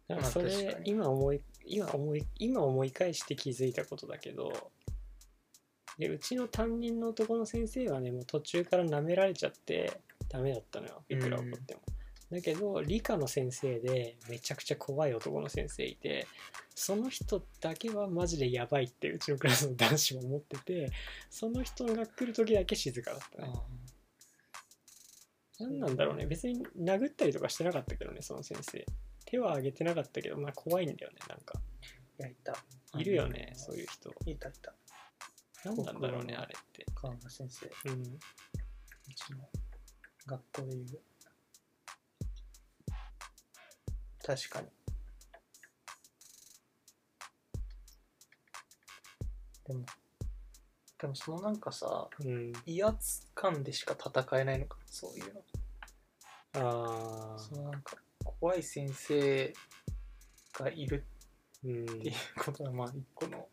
S1: なん
S2: ま
S1: か
S2: あ
S1: そ
S2: 確
S1: れ
S2: かに
S1: 今思い今思い今思い返して気づいたことだけどでうちの担任の男の先生はねもう途中から舐められちゃってダメだったのよいくら怒っても、だけど理科の先生でめちゃくちゃ怖い男の先生いてその人だけはマジでやばいってうちのクラスの男子も思っててその人が来る時だけ静かだったね何なんだろうね別に殴ったりとかしてなかったけどねその先生手は挙げてなかったけどまあ怖いんだよねなんか
S2: 焼いた
S1: いるよね
S2: あの
S1: そういう人
S2: いたいた
S1: 何なんだろうね
S2: 僕は
S1: あれって
S2: 川村先生う
S1: うん
S2: ちの学校でいう確かにでもでもそのなんかさ
S1: うん
S2: 威圧感でしか戦えないのかそういうの
S1: ああ
S2: そのなんか怖い先生がいる
S1: うん
S2: っていうことはまあ一個の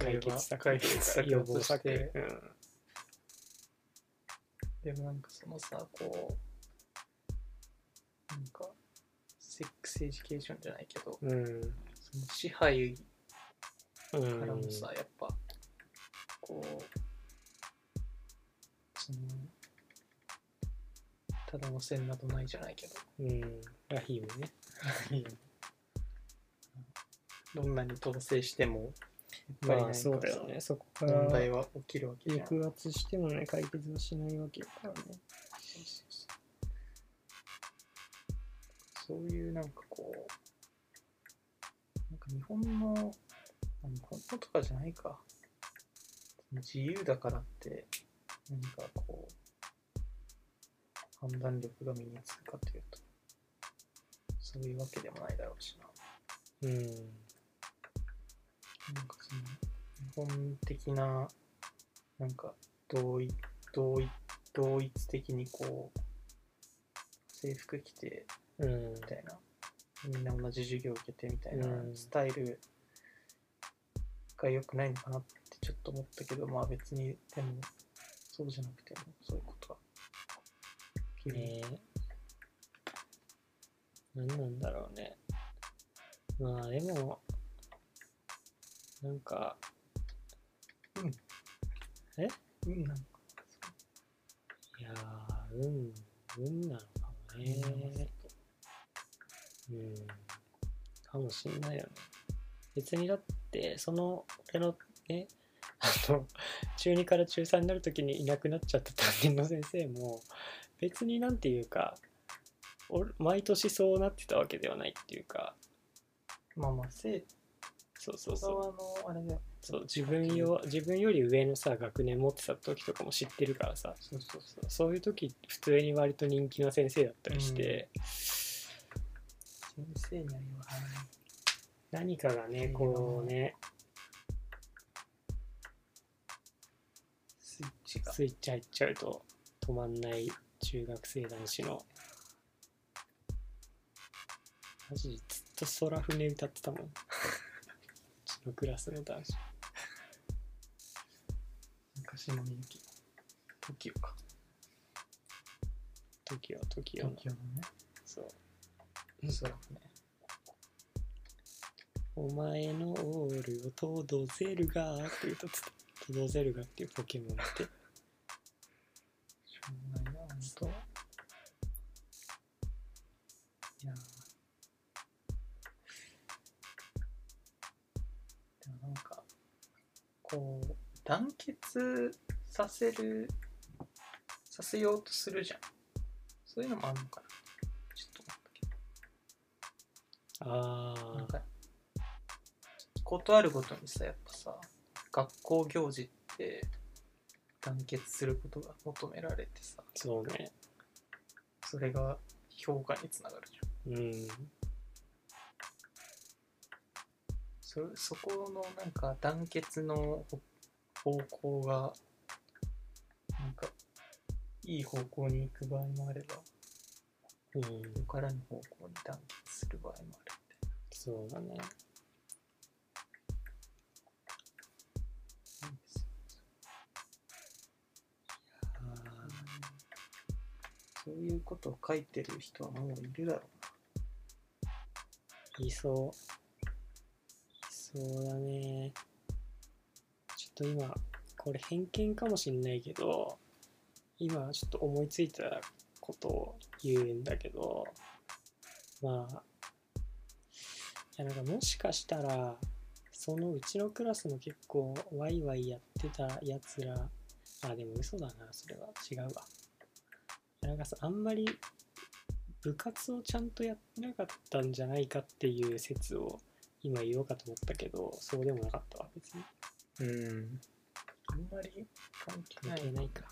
S1: 解決策
S2: 解決策
S1: 予
S2: だ
S1: 防
S2: とし
S1: 策
S2: て
S1: うん
S2: でもなんかそのさこうなんかセックスエデュケーションじゃないけど
S1: うん
S2: その支配
S1: うん
S2: からもさやっぱこうそのただのせんなどないじゃないけど
S1: うんラヒームね
S2: どんなに統制してもやっぱり
S1: まあ
S2: なんかさ
S1: そうだよねそこか
S2: 問
S1: ら
S2: 題は起きるわけじゃん
S1: 抑圧してもね解決はしないわけだからね
S2: そういうなんかこう、なんか日本の、あ日本のとかじゃないか。自由だからって、何かこう、判断力が身につくかというと、そういうわけでもないだろうしな。
S1: うん
S2: なんかその、日本的な、なんか同一、同一、同一的にこう、制服着て、
S1: うん
S2: みたいなみんな同じ授業を受けてみたいな
S1: うん
S2: スタイルが良くないのかなってちょっと思ったけどまあ別にでもそうじゃなくてもそういうことは起きる
S1: ね何なんだろうねまあでもなんか
S2: うんなんか
S1: いやー運運なのかもねうんかもしんないよね別にだってその俺のね あの中2から中3になる時にいなくなっちゃった担任の先生も別になんていうか俺毎年そうなってたわけではないっていうか
S2: まあまあ生
S1: そうそう
S2: 徒
S1: そう
S2: 側のあれだよ
S1: そう自分よ自分より上のさ学年持ってた時とかも知ってるからさ
S2: そうそうそう
S1: そういう時普通に割と人気の先生だったりして、
S2: 先生には言わない
S1: 何かがねこうね
S2: スイッチが
S1: スイッチ入っちゃうと止まんない中学生男子のマジでずっと空船歌ってたもんうちのクラスの男子
S2: 昔のみゆき TOKIO か
S1: TOKIO TOKIO の
S2: TOKIO のね
S1: そう
S2: そうね
S1: お前のオールをトドゼルガーって歌ってた。トドゼルガーっていうポケモンって。
S2: こう団結させるさせようとするじゃんそういうのもあるのかなちょっと思ったけ
S1: あ
S2: どなん
S1: あ
S2: かことあるごとにさやっぱさ学校行事って団結することが求められてさ
S1: そうね
S2: それが評価につながるじゃん
S1: うん
S2: そそこのなんか団結の方向がなんかいい方向に行く場合もあれば
S1: うん
S2: ここからの方向に団結する場合もあるって
S1: そうだ
S2: い
S1: ね
S2: いですよ
S1: あ
S2: そういうことを書いてる人はもういるだろ
S1: ーいそういそうだねちょっと今これ偏見かもしんないけど今ちょっと思いついたことを言うんだけどまあいやなんかもしかしたらそのうちのクラスも結構ワイワイやってたやつらあでも嘘だなそれは違うわいやなんかさあんまり部活をちゃんとやってなかったんじゃないかっていう説を今言おうかと思ったけどそうでもなかったわ別に
S2: ううんあんまり関係
S1: 関
S2: ない
S1: 係ないか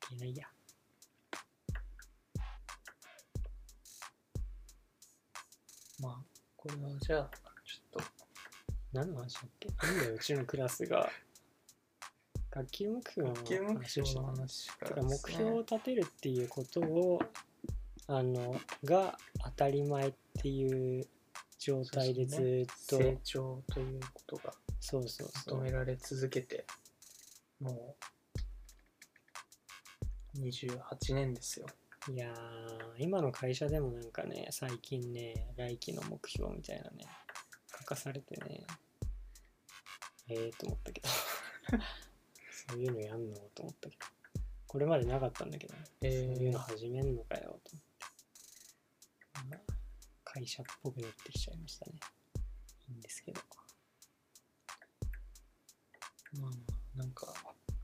S1: 関係ないや
S2: まあこれはじゃあちょっと
S1: 何の話だっけなんだようちのクラスが学級目標の
S2: 学級目標の
S1: 話
S2: 話か
S1: だからら目標を立てるっていうことをあのが当たり前っていう状態でずっと
S2: 成長ということが
S1: そうそうそ
S2: 求
S1: う
S2: められ続けてもう28年ですよ
S1: いやー今の会社でもなんかね最近ね来期の目標みたいなね書かされてねええー、と思ったけど そういうのやんのと思ったけどこれまでなかったんだけどね、
S2: えー
S1: そういうの始めんのかよと思って、まあ会社っぽくなってきちゃいましたねいいんですけど
S2: まあなんか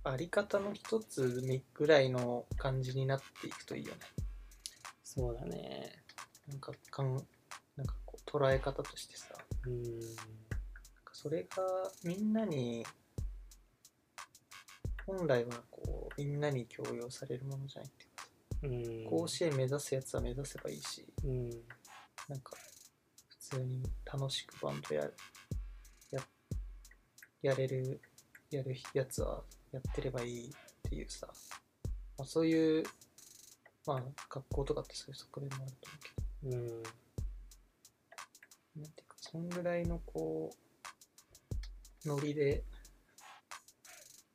S2: あり方の一つぐらいの感じになっていくといいよね
S1: そうだね
S2: なんかかんなんかこう捉え方としてさなんか
S1: うーん
S2: それがみんなに本来はこうみんなに強要されるものじゃないっていうかさ
S1: うん
S2: 甲子園目指すやつは目指せばいいし
S1: うん
S2: なんか、普通に楽しくバンドやる、や、やれる、やるやつはやってればいいっていうさ、まあ、そういう、まあ、学校とかってそういう側面もあると思うけ
S1: うん
S2: ど、なんていうか、そんぐらいのこう、ノリで、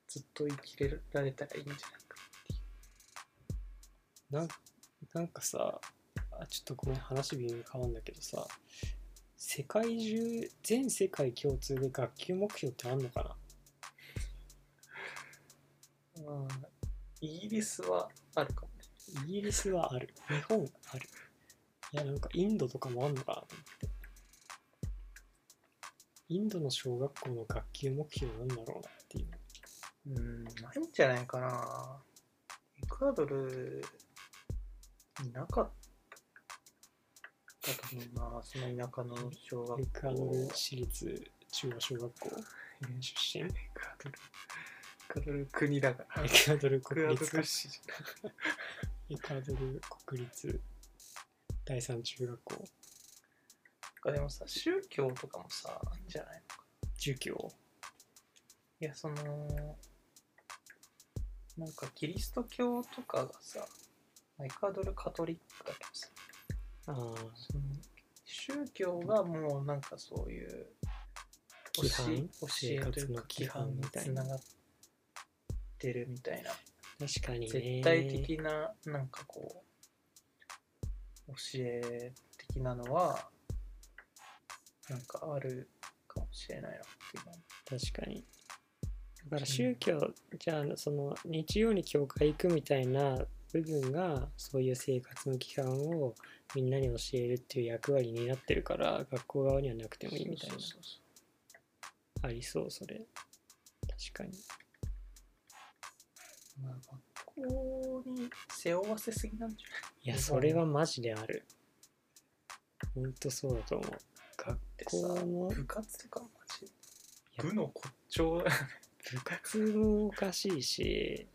S2: ずっと生きれられたらいいんじゃないか。
S1: なんなんかさあちょっとごめん話微妙に変わるんだけどさ世界中全世界共通で学級目標ってあんのかな
S2: まあ、イギリスはあるかもね。
S1: イギリスはある日本あるいやなんかインドとかもあんのかなと思ってインドの小学校の学級目標なんだろうなっていう
S2: うん、ないんじゃないかな。エクアドル、いなかったと思うな、その田舎の小学校。
S1: エクアドル私立中央小学校出身エ
S2: エクアドル。エクアドル国だから。エ
S1: クアドル
S2: ク
S1: 国
S2: ア
S1: 立
S2: ド
S1: か
S2: ル市じゃ
S1: エクアドル国立第三中学校
S2: ない。でもさ、宗教とかもさ、あんじゃないのか。
S1: 儒教
S2: いや、その、なんかキリスト教とかがさ、エクアドルカトリックだけどさ、
S1: ああ
S2: その宗教がもうなんかそういう教
S1: 規範
S2: え教えというか規範につながってるみたいな
S1: 確かにね
S2: 絶対的ななんかこう教え的なのはなんかあるかもしれないなっていうのは
S1: 確かにだから宗教、じゃあその日曜に教会行くみたいな部分がそういう生活の規範をみんなに教えるっていう役割になってるから学校側にはなくてもいいみたい
S2: そ
S1: な
S2: うそうそう
S1: ありそうそれ確かに
S2: まあ、学校に背負わせすぎなんじ
S1: いやそれはマジであるほんとそうだと思う
S2: ゃないって
S1: こ
S2: さ、
S1: の
S2: 部活とかマジ
S1: や
S2: 部の骨頂だよね
S1: 部活もおかしいし、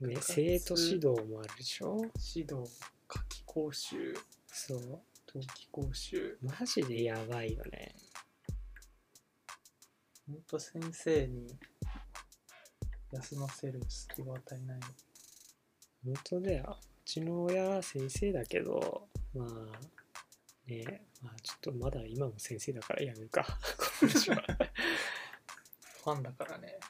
S1: ね、
S2: 部活
S1: 生徒指導もあるでしょ
S2: 指導、夏季講習、
S1: そう
S2: 冬季講習、
S1: マジでやばいよね
S2: ほんと先生に休ませる隙を与えない。
S1: 本当だようちの親は先生だけどまあねまあちょっとまだ今も先生だからやめる かこの話は
S2: ファンだからね、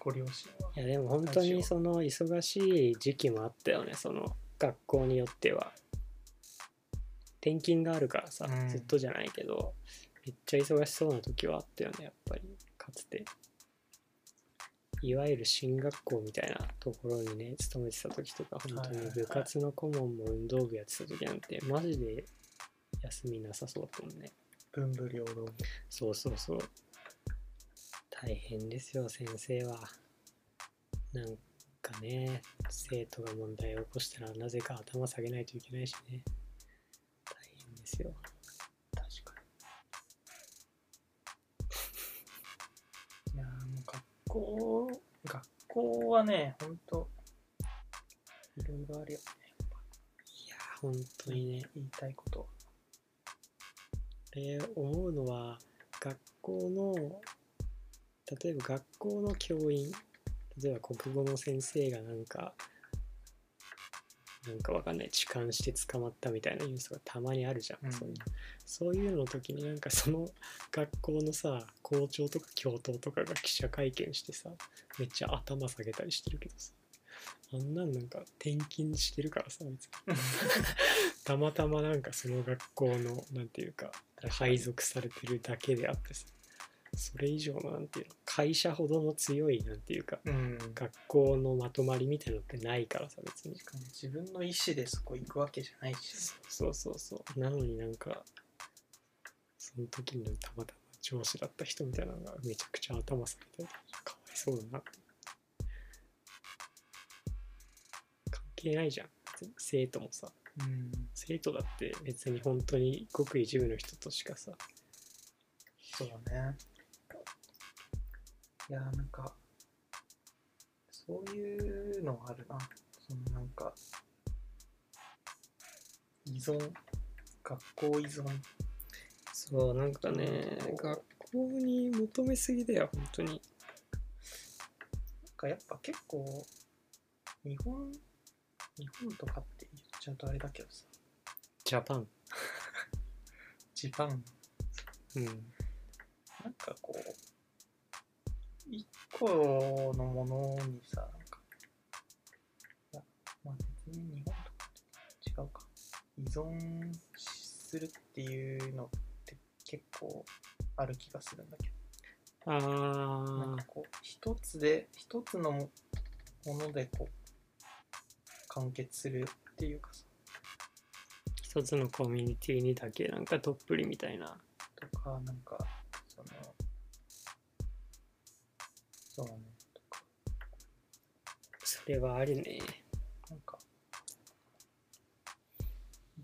S2: ご両親は。
S1: いやでも本当にその忙しい時期もあったよねその学校によっては転勤があるからさ、
S2: うん
S1: ずっとじゃないけどめっちゃ忙しそうな時はあったよねやっぱりかつていわゆる進学校みたいなところにね勤めてた時とか本当
S2: はいはい
S1: に
S2: はい
S1: 部活の顧問も運動部やってた時なんてマジで休みなさそうだったもんね
S2: 文武両道。
S1: そうそうそう。大変ですよ、先生は。なんかね、生徒が問題を起こしたらなぜか頭下げないといけないしね。大変ですよ。
S2: 確かに。いやーもう学校、学校はね、ほんと、いろいろあるよね。やっぱ
S1: いやー、本当にね、
S2: 言いたいことは。
S1: 俺思うのは、学校の、例えば学校の教員、例えば国語の先生がなんか、なんかわかんない、痴漢して捕まったみたいなニュースがたまにあるじゃん、そういうそういうのの時になんかその学校のさ校長とか教頭とかが記者会見してさめっちゃ頭下げたりしてるけどさあんなんなんか転勤してるからさ別にたまたまなんかその学校のなんていうか配属されてるだけであってさそれ以上のなんていうの会社ほどの強いなんていうか
S2: うん。
S1: 学校のまとまりみたいなのってないからさ別に
S2: しかも自分の意思でそこ行くわけじゃないし。
S1: そうそうそう。なのになんか、その時のたまたま上司だった人みたいなのがめちゃくちゃ頭下げたりとか、かわいそうだなって。関係ないじゃん。別に生徒もさ。
S2: うん。
S1: 生徒だって別に本当にごく一部の人としかさ。
S2: そうだね。いやーなんか、そういうのあるな。そのなんか、依存、学校依存。
S1: そう、なんかね、学校に求めすぎだよ、本当に。
S2: なんかやっぱ結構、日本、日本とかって言っちゃうとあれだけどさ、
S1: ジャパン。
S2: ジパン、
S1: うん。
S2: なんかこう、一個のものにさ、なんか、いや、まあ別に日本とかと違うか。依存するっていうのって結構ある気がするんだけ
S1: あ
S2: ど、なん
S1: ー
S2: か、こう、一つで、一つのもものでこう、完結するっていうかさ、
S1: 一つのコミュニティにだけなんかどっぷりみたいな。
S2: とか、なんか、その、そうね、とか、
S1: それはあるね。
S2: なんか、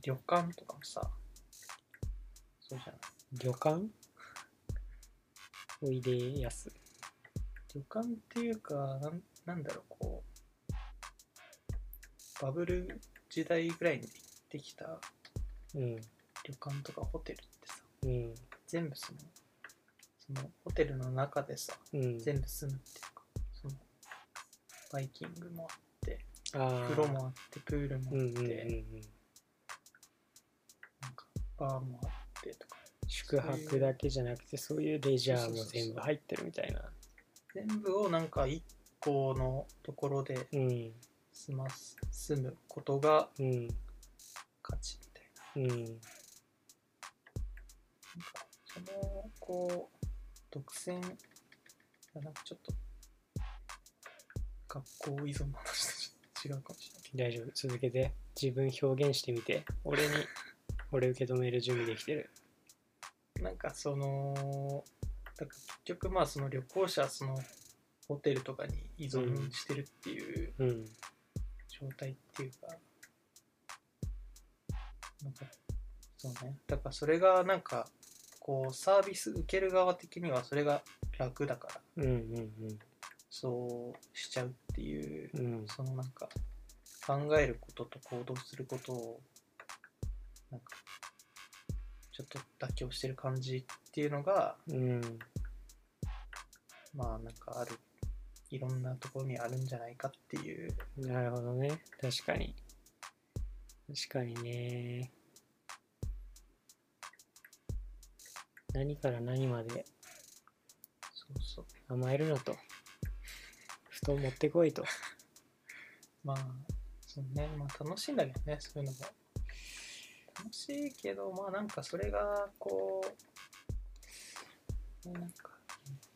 S2: 旅館とかもさ、そうじゃない。
S1: 旅館おいでやす。
S2: 旅館っていうか、なんなんだろう、こう、バブル時代ぐらいにできた
S1: うん。
S2: 旅館とかホテルってさ、
S1: うん。
S2: 全部その、そのホテルの中でさ、
S1: うん。
S2: 全部住むっていうか、その、バイキングもあって、
S1: ああ。
S2: 風呂もあって、プールも
S1: うん
S2: あ
S1: う
S2: っ
S1: ん
S2: て、
S1: うんうん。
S2: なんか、バーもあってとか、
S1: 宿泊だけじゃなくて、そういうレジャーも全部入ってるみたいな。
S2: 全部をなんか一個のところで
S1: うん。
S2: 済ます住むことが
S1: うん。
S2: 価値みたいな
S1: うん。
S2: なんかそのこう独占あなんかちょっと学校依存の話と違うかもしれないけ
S1: 大丈夫。続けて。自分表現してみて。俺に、俺受け止める準備できてる。
S2: なんかそのだから結局まあその旅行者はそのホテルとかに依存してるっていう
S1: うん
S2: 状態っていうか、なんかそうねだからそれがなんかこうサービス受ける側的にはそれが楽だから
S1: うんうん
S2: そうしちゃうっていう
S1: うんうん
S2: そのなんか考えることと行動することをなんかちょっと妥協してる感じっていうのが
S1: うん
S2: まあなんかあるいろんなところにあるんじゃないかっていう
S1: なるほどね確かに確かにね何から何まで
S2: そうそう
S1: 甘えるなと布団持ってこいと
S2: まあそうねまあ楽しいんだけどねそういうのも楽しいけどまあなんかそれがこうなんか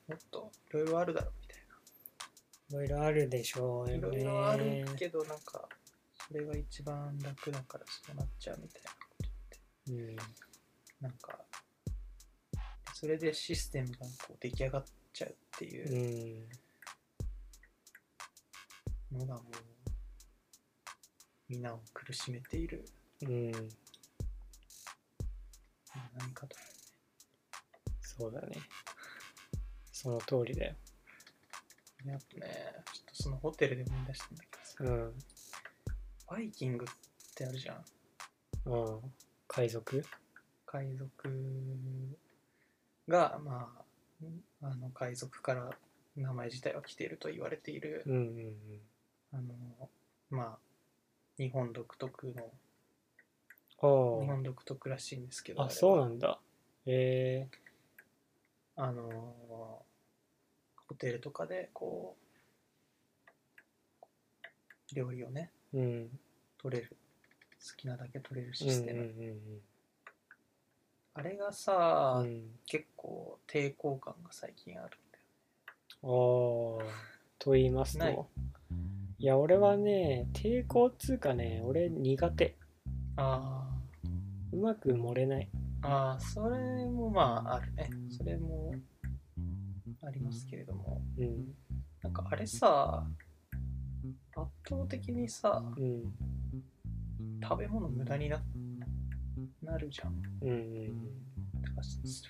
S2: もっといろいろあるだろうみたいない
S1: ろいろあるでしょうよ
S2: いろ
S1: ね
S2: いろあるけど、なんか、それが一番楽だからそうなっちゃうみたいなことって、
S1: うん
S2: なんか、それでシステムがこう出来上がっちゃうっていううんのがもう、みんなを苦しめている
S1: うん
S2: 何かと。
S1: そうだねその通りだよ
S2: あとね、ちょっとそのホテルで思い出したんだけどさ、
S1: うん
S2: バイキングってあるじゃん。
S1: うん海賊
S2: 海賊が、まあ、んあの海賊から名前自体は来ていると言われている。
S1: うんうん
S2: あのまあ日本独特の
S1: う
S2: 日
S1: んあ
S2: 本独特らしいんですけど
S1: ああそう
S2: の
S1: なんだえ
S2: あのホテルとかでこう料理をね
S1: ー、うん
S2: 取れる好きなだけ取れる
S1: うん
S2: シ
S1: う
S2: ス
S1: ん
S2: テ
S1: う
S2: ム、
S1: ん
S2: あれがさ、
S1: うんうん
S2: 結構抵抗感が最近あるんだよ
S1: ああ、と言いますと。
S2: ない
S1: いや、俺はね、抵抗っつうかね、俺苦手。
S2: あ
S1: うまく盛れない。
S2: ーあーそれもまああるねそれもありますけれども
S1: うん、
S2: なんかあれさ圧倒的にさ
S1: うん、
S2: 食べ物無駄にななるじゃん
S1: うん、う
S2: だから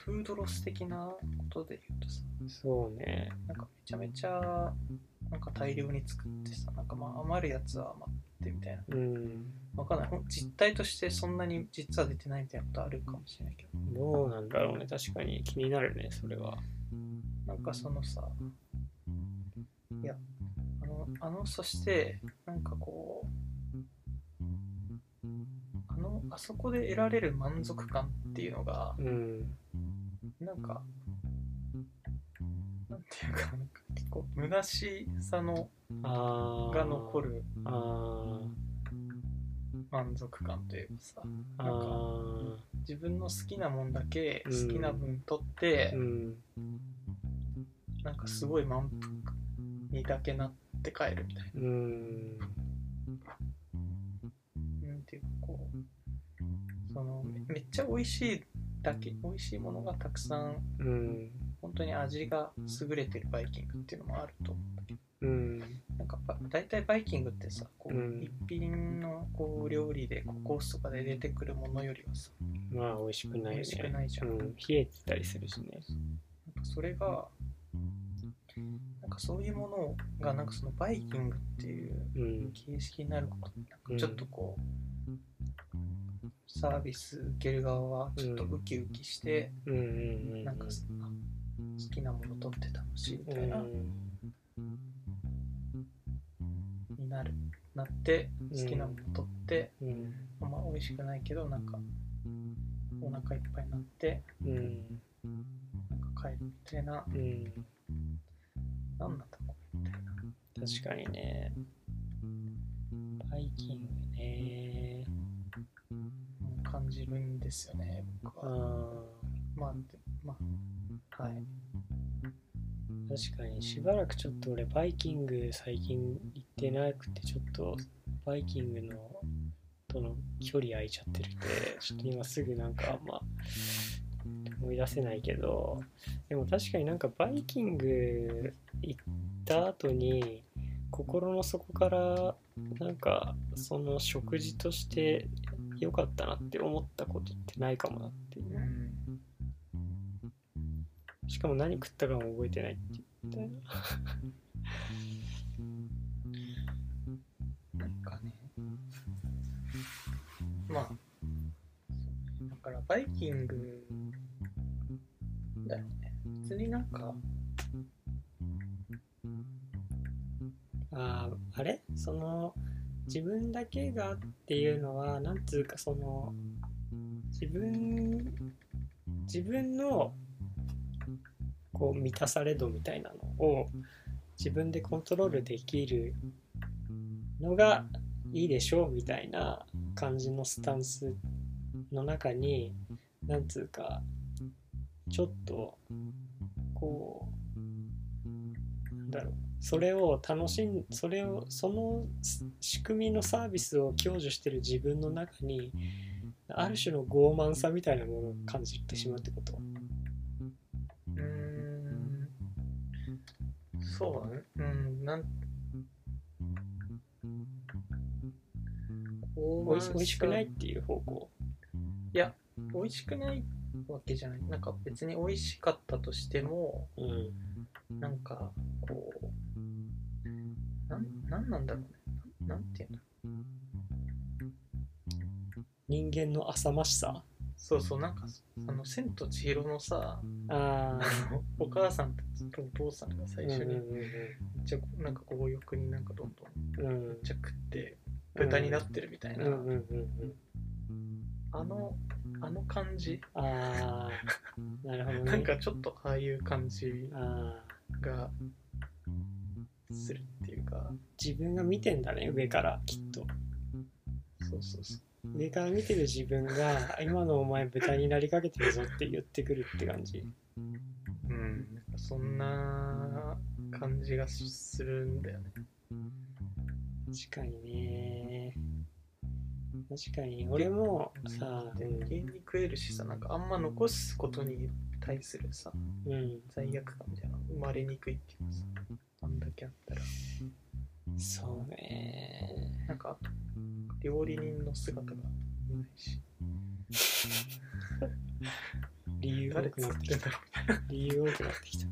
S2: フードロス的なことで言うとさ
S1: ん。そうね。
S2: なんかめちゃめちゃなんか大量に作ってさなんかまあ余るやつは余ってみたいな
S1: うん。
S2: わかんないほん実態としてそんなに実は出てないみたいなことあるかもしれないけど
S1: どうなんだろうね。確かに気になるね、それは。
S2: なんかそのさいやあのあのそしてなんかこうあのあそこで得られる満足感っていうのが
S1: うん。
S2: なんか、なんていうか、なんか結構、虚しさの
S1: ああ。
S2: が残。る
S1: あ
S2: 満足感というかさ、
S1: あ。あ
S2: 自分の好きなもんだけ
S1: う
S2: 好
S1: ん
S2: きな分取って
S1: あ。う、ん。
S2: なんかすごい満腹にだけなって帰るみたい
S1: うん。
S2: な。なんていうか、こう、その、めめっちゃ美味しいだけ、美味しいものがたくさん、
S1: うん。
S2: 本当に味が優れてるバイキングっていうのもあると思うんだけど。
S1: うん。
S2: なんかば大体バイキングってさこう、
S1: うん
S2: 一品のこう料理でこうコースとかで出てくるものよりはさ
S1: まあ、美味しく
S2: 美
S1: ないよ
S2: 味しくな
S1: ね。
S2: いじゃ、
S1: うん
S2: なん
S1: ん。冷えてたりするしね。
S2: かそれがなんかそういうものがなんかそのバイキングっていう
S1: うん。
S2: 形式になることってなんかちょっとこう、サービス受ける側はちょっとウキウキして、
S1: うん。うん。うん。
S2: なんかそあ好きなもの取って楽しいみたいな、
S1: うん
S2: になるなって
S1: うん
S2: 好きなもの取って、
S1: うん。
S2: あんま美味しくないけどなんかお腹いっぱいになって
S1: うん。
S2: なんか帰るみたいな
S1: うん。
S2: 何なんだこれみたいな
S1: 確かにね。バイキングね。
S2: うん感じるんですよね僕
S1: あ
S2: は
S1: ー
S2: まあでまあはい
S1: 確かにしばらくちょっと俺バイキング最近行ってなくてちょっとバイキングのとの距離空いちゃってるんでちょっと今すぐなんかあんま思い出せないけどでも確かになんかバイキング行った後に心の底からなんかその食事として良かったなって思ったことってないかもなっていううんしかも何食ったかも覚えてないっていうみたいな
S2: なんかねまあそうねだからバイキングだよね普通になんか
S1: あーあれその自分だけがっていうのはなんつうかその自分自分のこう満たされ度みたいなのを自分でコントロールできるのがいいでしょうみたいな感じのスタンスの中になんつうかちょっとこうなんだろうそれを楽しんそれをその仕組みのサービスを享受してる自分の中にある種の傲慢さみたいなものを感じてしまうってこと
S2: うーんそうだねうんなん
S1: お
S2: 傲
S1: い
S2: 慢さ
S1: おいしくないっていう方向
S2: いや美味しくないわけじゃないなんか別に美味しかったとしても
S1: うん
S2: なんかこうなんなんなんだろうねなんなんていうの
S1: 人間の浅ましさ
S2: そうそうなんかあの「千と千尋」の さ
S1: あ
S2: あのお母さんとお父さんが
S1: あ
S2: 最
S1: うん
S2: 初にめっ
S1: う
S2: ちゃなんか強欲になんかどんどんめ
S1: んうんうん
S2: っちゃ食って豚になってるみたい
S1: うん
S2: な、
S1: うんうんうん
S2: あのあの感じ
S1: ああなるほどね
S2: なんかちょっとああいう感じ
S1: あー
S2: がするっていうか
S1: 自分が見てんだね上からきっと
S2: そうそうそう
S1: 上から見てる自分が今のお前豚になりかけてるぞって言ってくるって感じ
S2: うんなんかそんな感じがするんだよね
S1: 確かにね確かに俺もさ
S2: で無限に食えるしさなんかあんま残すことに対するさ
S1: うん、う
S2: 罪悪感みたいなの生まれにくいっていうかさあんだけあったら
S1: ん、そうね
S2: なんか料理人の姿が見えないし
S1: 理由多
S2: 誰
S1: くな
S2: 作
S1: っ
S2: ってて
S1: き
S2: ん
S1: た
S2: だろ
S1: 理由多くなってきた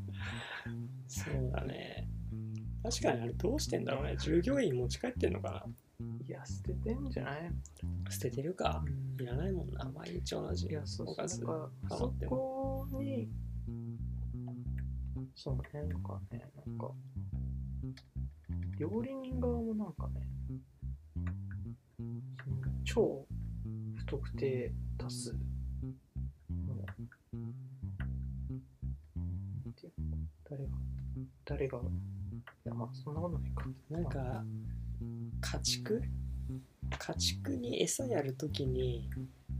S1: そうだね確かにあれどうしてんだろうね従業員持ち帰ってんのか
S2: ういや捨ててんじゃない
S1: な捨ててるかいらないもんな毎日同じ
S2: いやそう
S1: お
S2: そ
S1: か
S2: う
S1: ず
S2: なんかあ
S1: ハマ
S2: そ
S1: っても
S2: こにそうねなんかねなんか料理人側もなんかねその超不特定多数のなんていうの誰が誰がいやまあそんなことないか
S1: なんか家畜家畜に餌やるときに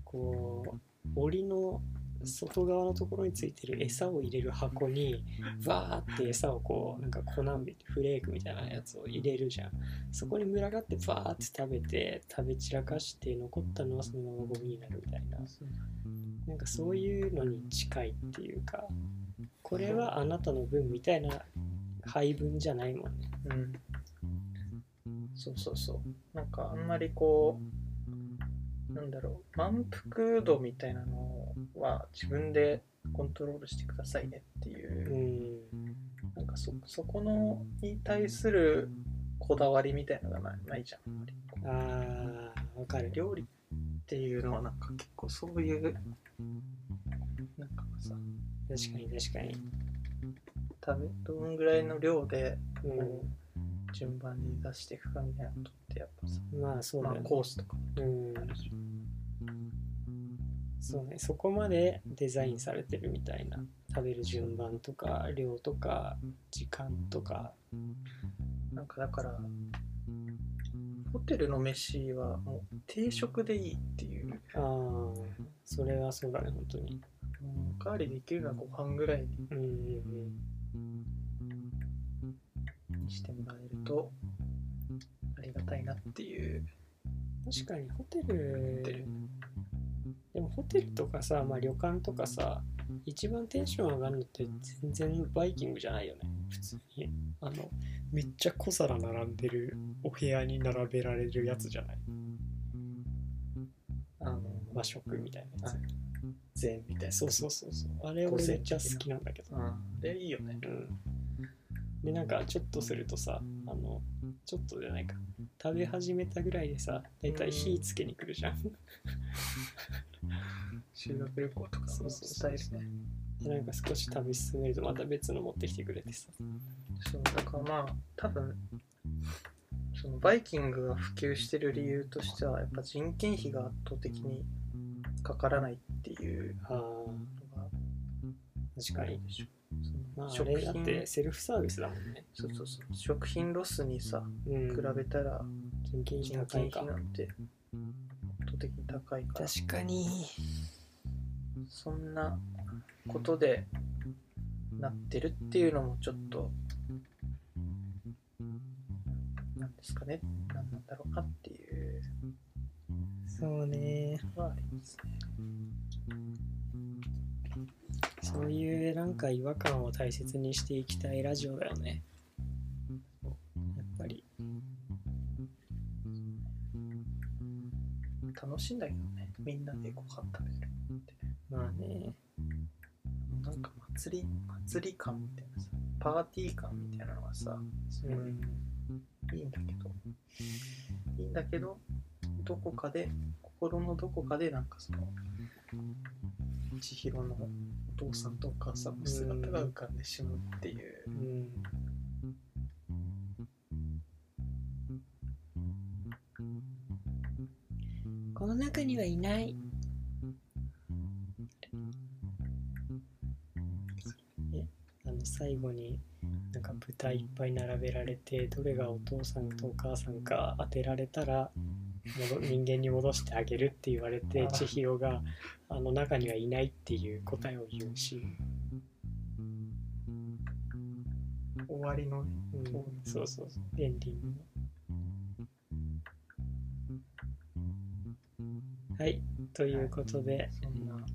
S1: こう檻の外側のところについてる餌を入れる箱にバーって餌をこうなんか粉みフレークみたいなやつを入れるじゃんそこに群がってバーって食べて食べ散らかして残ったのはそのままゴミになるみたいななんかそういうのに近いっていうかこれはあなたの分みたいな配分じゃないもんね
S2: うんそうそうそうなんかあんまりこうなんだろう満腹度みたいなのは自分でコントロールしてくださいねっていう、
S1: うん
S2: なんかそそこのに対するこだわりみたいなのがないないじゃんあんまり
S1: あーわかる
S2: 料理っていうのはなんか結構そういうなんかさ
S1: 確かに確かに、
S2: 食べどんぐらいの量でこ
S1: う
S2: う順番に出していくかみたいなことってやっぱさ、
S1: ん、まあそう
S2: まあ
S1: だよね、
S2: コースとか
S1: うん
S2: あるし
S1: そうねそこまでデザインされてるみたいな食べる順番とか量とか時間とか
S2: なんかだから、ホテルの飯はもう定食でいいっていう、
S1: あーそれはそうだね本当に
S2: もうおかわりできるのはご飯ぐらい
S1: うんうん
S2: にしてもらえると、ありがたいなっていう。
S1: うん確かにホテルでもホテルとかさ、まあ、旅館とかさ一番テンション上がるのって全然バイキングじゃないよね普通にあのめっちゃ小皿並んでるお部屋に並べられるやつじゃない
S2: あの、
S1: 和食みたいなやつ、
S2: はい
S1: 全みたいなそうそうそうそうあれ俺めっちゃ好きなんだけど、
S2: うん、で、いいよね。
S1: うん、でなんかちょっとするとさあのちょっとじゃないか食べ始めたぐらいでさ大体火つけに来るじゃん
S2: 修学旅行とか
S1: そう
S2: の
S1: そうそう
S2: スタイルね。
S1: で なんか少し食べ進めるとまた別の持ってきてくれてさ
S2: そう、だからまあ、多分、そのバイキングが普及してる理由としては、やっぱ人件費が圧倒的にかからないっていう
S1: あー
S2: のが、
S1: 確かに、
S2: そ
S1: ま
S2: の
S1: あ、あ
S2: 食
S1: れだっ
S2: 品
S1: て、セルフサービスだもんね、
S2: そうそうそう、食品ロスにさ、
S1: うん、
S2: 比べたら、
S1: 人件費
S2: 人
S1: 高
S2: 件
S1: いか
S2: 費なんて圧倒的に高いから、
S1: 確かに
S2: そんなことでなってるっていうのもちょっと、なんですかね、なんなんだろうかっていう
S1: そうね
S2: のはありますね。
S1: そういうなんか違和感を大切にしていきたいラジオだよねやっぱり
S2: 楽しいんだけどね、みんなでご飯食べるって。
S1: まあね
S2: なんか祭り、祭り感みたいなさ、パーティー感みたいなのがさ、すごいいいんだけど、いいんだけど、どこかで、心のどこかで、なんかその、千尋のお父さんとお母さんの姿が浮かんでしまうっていう
S1: う、んこの中にはいないえあの最後になんか豚いっぱい並べられてどれがお父さんとお母さんか当てられたら戻 人間に戻してあげるって言われて
S2: あー
S1: 千尋があの中にはいないっていう答えを言うし、
S2: 終わりのね、
S1: うん、そうそうそうエンディングのはいということで
S2: そんなこ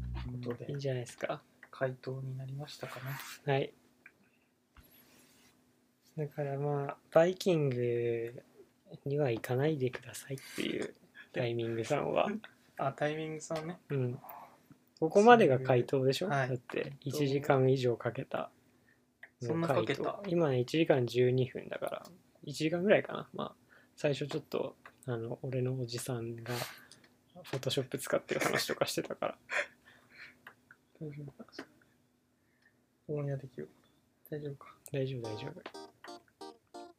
S2: とで
S1: いいんじゃないですか
S2: 回答になりましたかね。
S1: はい。だからまあ、バイキングには行かないでくださいっていうタイミングさんは。
S2: あ、タイミングさんね。
S1: うん。ここまでが回答でしょ、
S2: はい
S1: だって1時間以上かけた
S2: そんなかけた
S1: 今ね1時間12分だから1時間ぐらいかなまあ最初ちょっとあの俺のおじさんがフォトショップ使ってる話とかしてたから
S2: 大丈夫か。オンエアできる。大丈夫か。
S1: 大丈夫大丈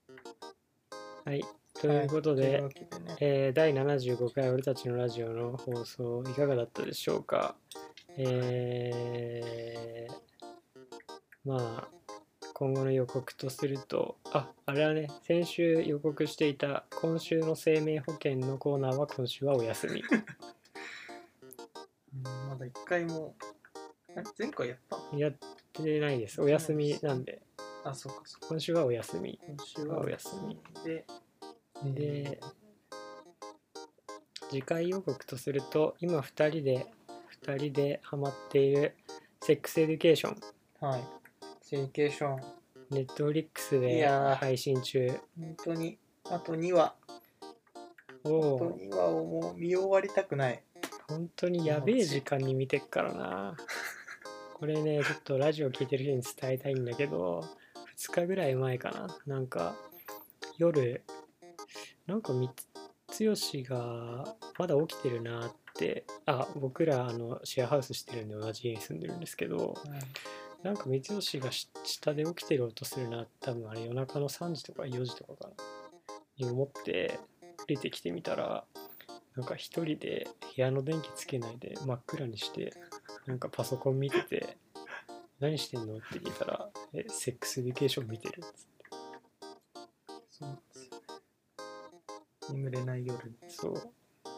S1: 夫はいということ
S2: はいとい
S1: で、
S2: うわけでね
S1: えー第75回俺たちのラジオの放送いかがだったでしょうかえーまあ今後の予告とするとああれはね先週予告していた今週の生命保険のコーナーは今週はお休み
S2: うんまだ一回も、あれ前回やった
S1: やってないですお休みなんで
S2: あ、そうか、そうか。
S1: 今週はお休み
S2: 今週はお休みで、
S1: で次回予告とすると今2人で2人でハマっているセックスエデュケーション
S2: はい。セリケーション、
S1: ネットフリックス
S2: い
S1: で
S2: やー
S1: 配信中
S2: 本当に、あと2話、あと
S1: を
S2: 2話をもう見終わりたくない。
S1: 本当にやべえ時間に見てっからな これねちょっとラジオ聞いてる人に伝えたいんだけど2日ぐらい前かななんか夜なんかみつ剛がまだ起きてるなってあ僕らあのシェアハウスしてるんで同じ家に住んでるんですけどなんか三吉がし下で起きてる音するな多分あれ夜中の3時とか4時とかかなに思って出てきてみたらなんか一人で部屋の電気つけないで真っ暗にしてなんかパソコン見てて「何してんの?」って聞いたら「えセックスエデュケーション見てる」っつって
S2: そうなんですよ。眠れない夜に、
S1: そう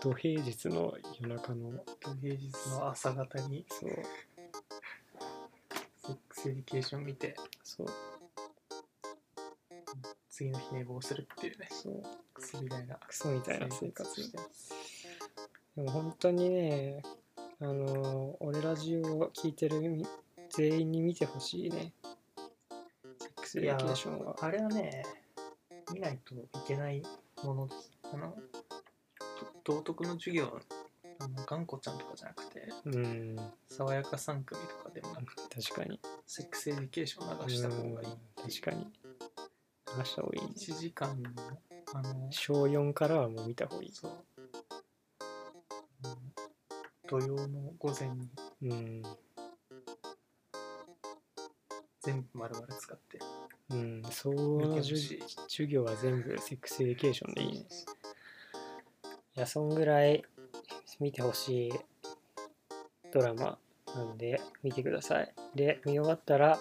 S1: 土平日の夜中の
S2: 平日の朝方に、
S1: そう
S2: セックスエディケーション見て、
S1: そう
S2: 次の日寝坊するっていうね、
S1: そう
S2: クソみたいな。
S1: クソみたいな生活
S2: してます。
S1: でも本当にね、あのー俺ラジオを聞いてるみ全員に見てほしいね。セックスエデュケーションは。
S2: あれはね、見ないといけないものです。あの、ど道徳の授業、あの、頑固ちゃんとかじゃなくて、
S1: うん、
S2: 爽やか3組とかでもなく、
S1: 確かに。
S2: セックスエデュケーション流した方がいい。
S1: うん確かに。流した方がいいね。
S2: 1時間の、あの、
S1: 小4からはもう見た方がいい。
S2: そう、うん土曜の午前に
S1: うん。
S2: 全部丸々使って、
S1: うん、そう
S2: 見てほ
S1: 授
S2: しい
S1: 授業は全部セックスエデュケーションでいいね。いや、そんぐらい見てほしいドラマなんで、見てください。で、見終わったら、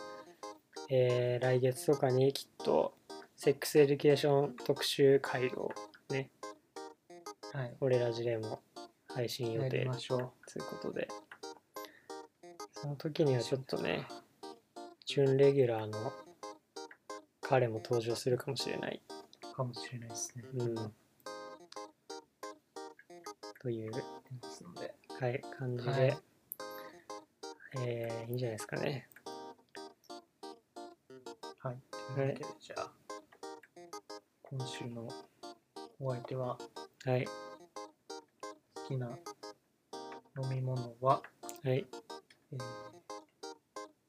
S1: えー来月とかにきっと、セックスエデュケーション特集回路、
S2: はい。
S1: 俺ら事例も配信予
S2: やり
S1: 定
S2: ましょう。
S1: ということで、その時にはちょっとね、準レギュラーの彼も登場するかもしれない。
S2: かもしれないですね。
S1: うん。という、
S2: ですので、
S1: はい、感じで、
S2: はい
S1: えーいいんじゃないですかね。
S2: はい。というわけで、じゃあ、今週のお相手は、
S1: はい、
S2: 好きな飲み物は、
S1: はい、
S2: えー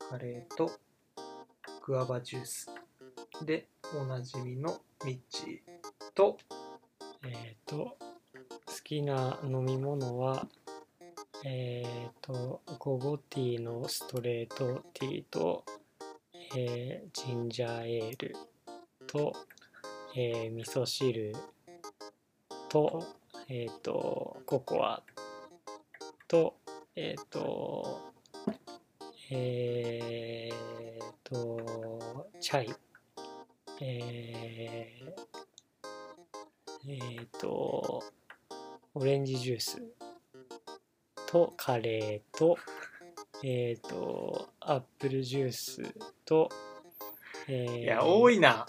S2: カレーとグアバジュースでおなじみのミッチーと
S1: えっ、と、好きな飲み物は、えっ、と、ゴゴティーのストレートティーと、えージンジャーエールと、えー味噌汁と、えっ、と、ココアと、えっ、と、えっ、と、チャイ、えーえー、と、オレンジジュースとカレーと、えー、と、アップルジュースと、えー
S2: いや多いな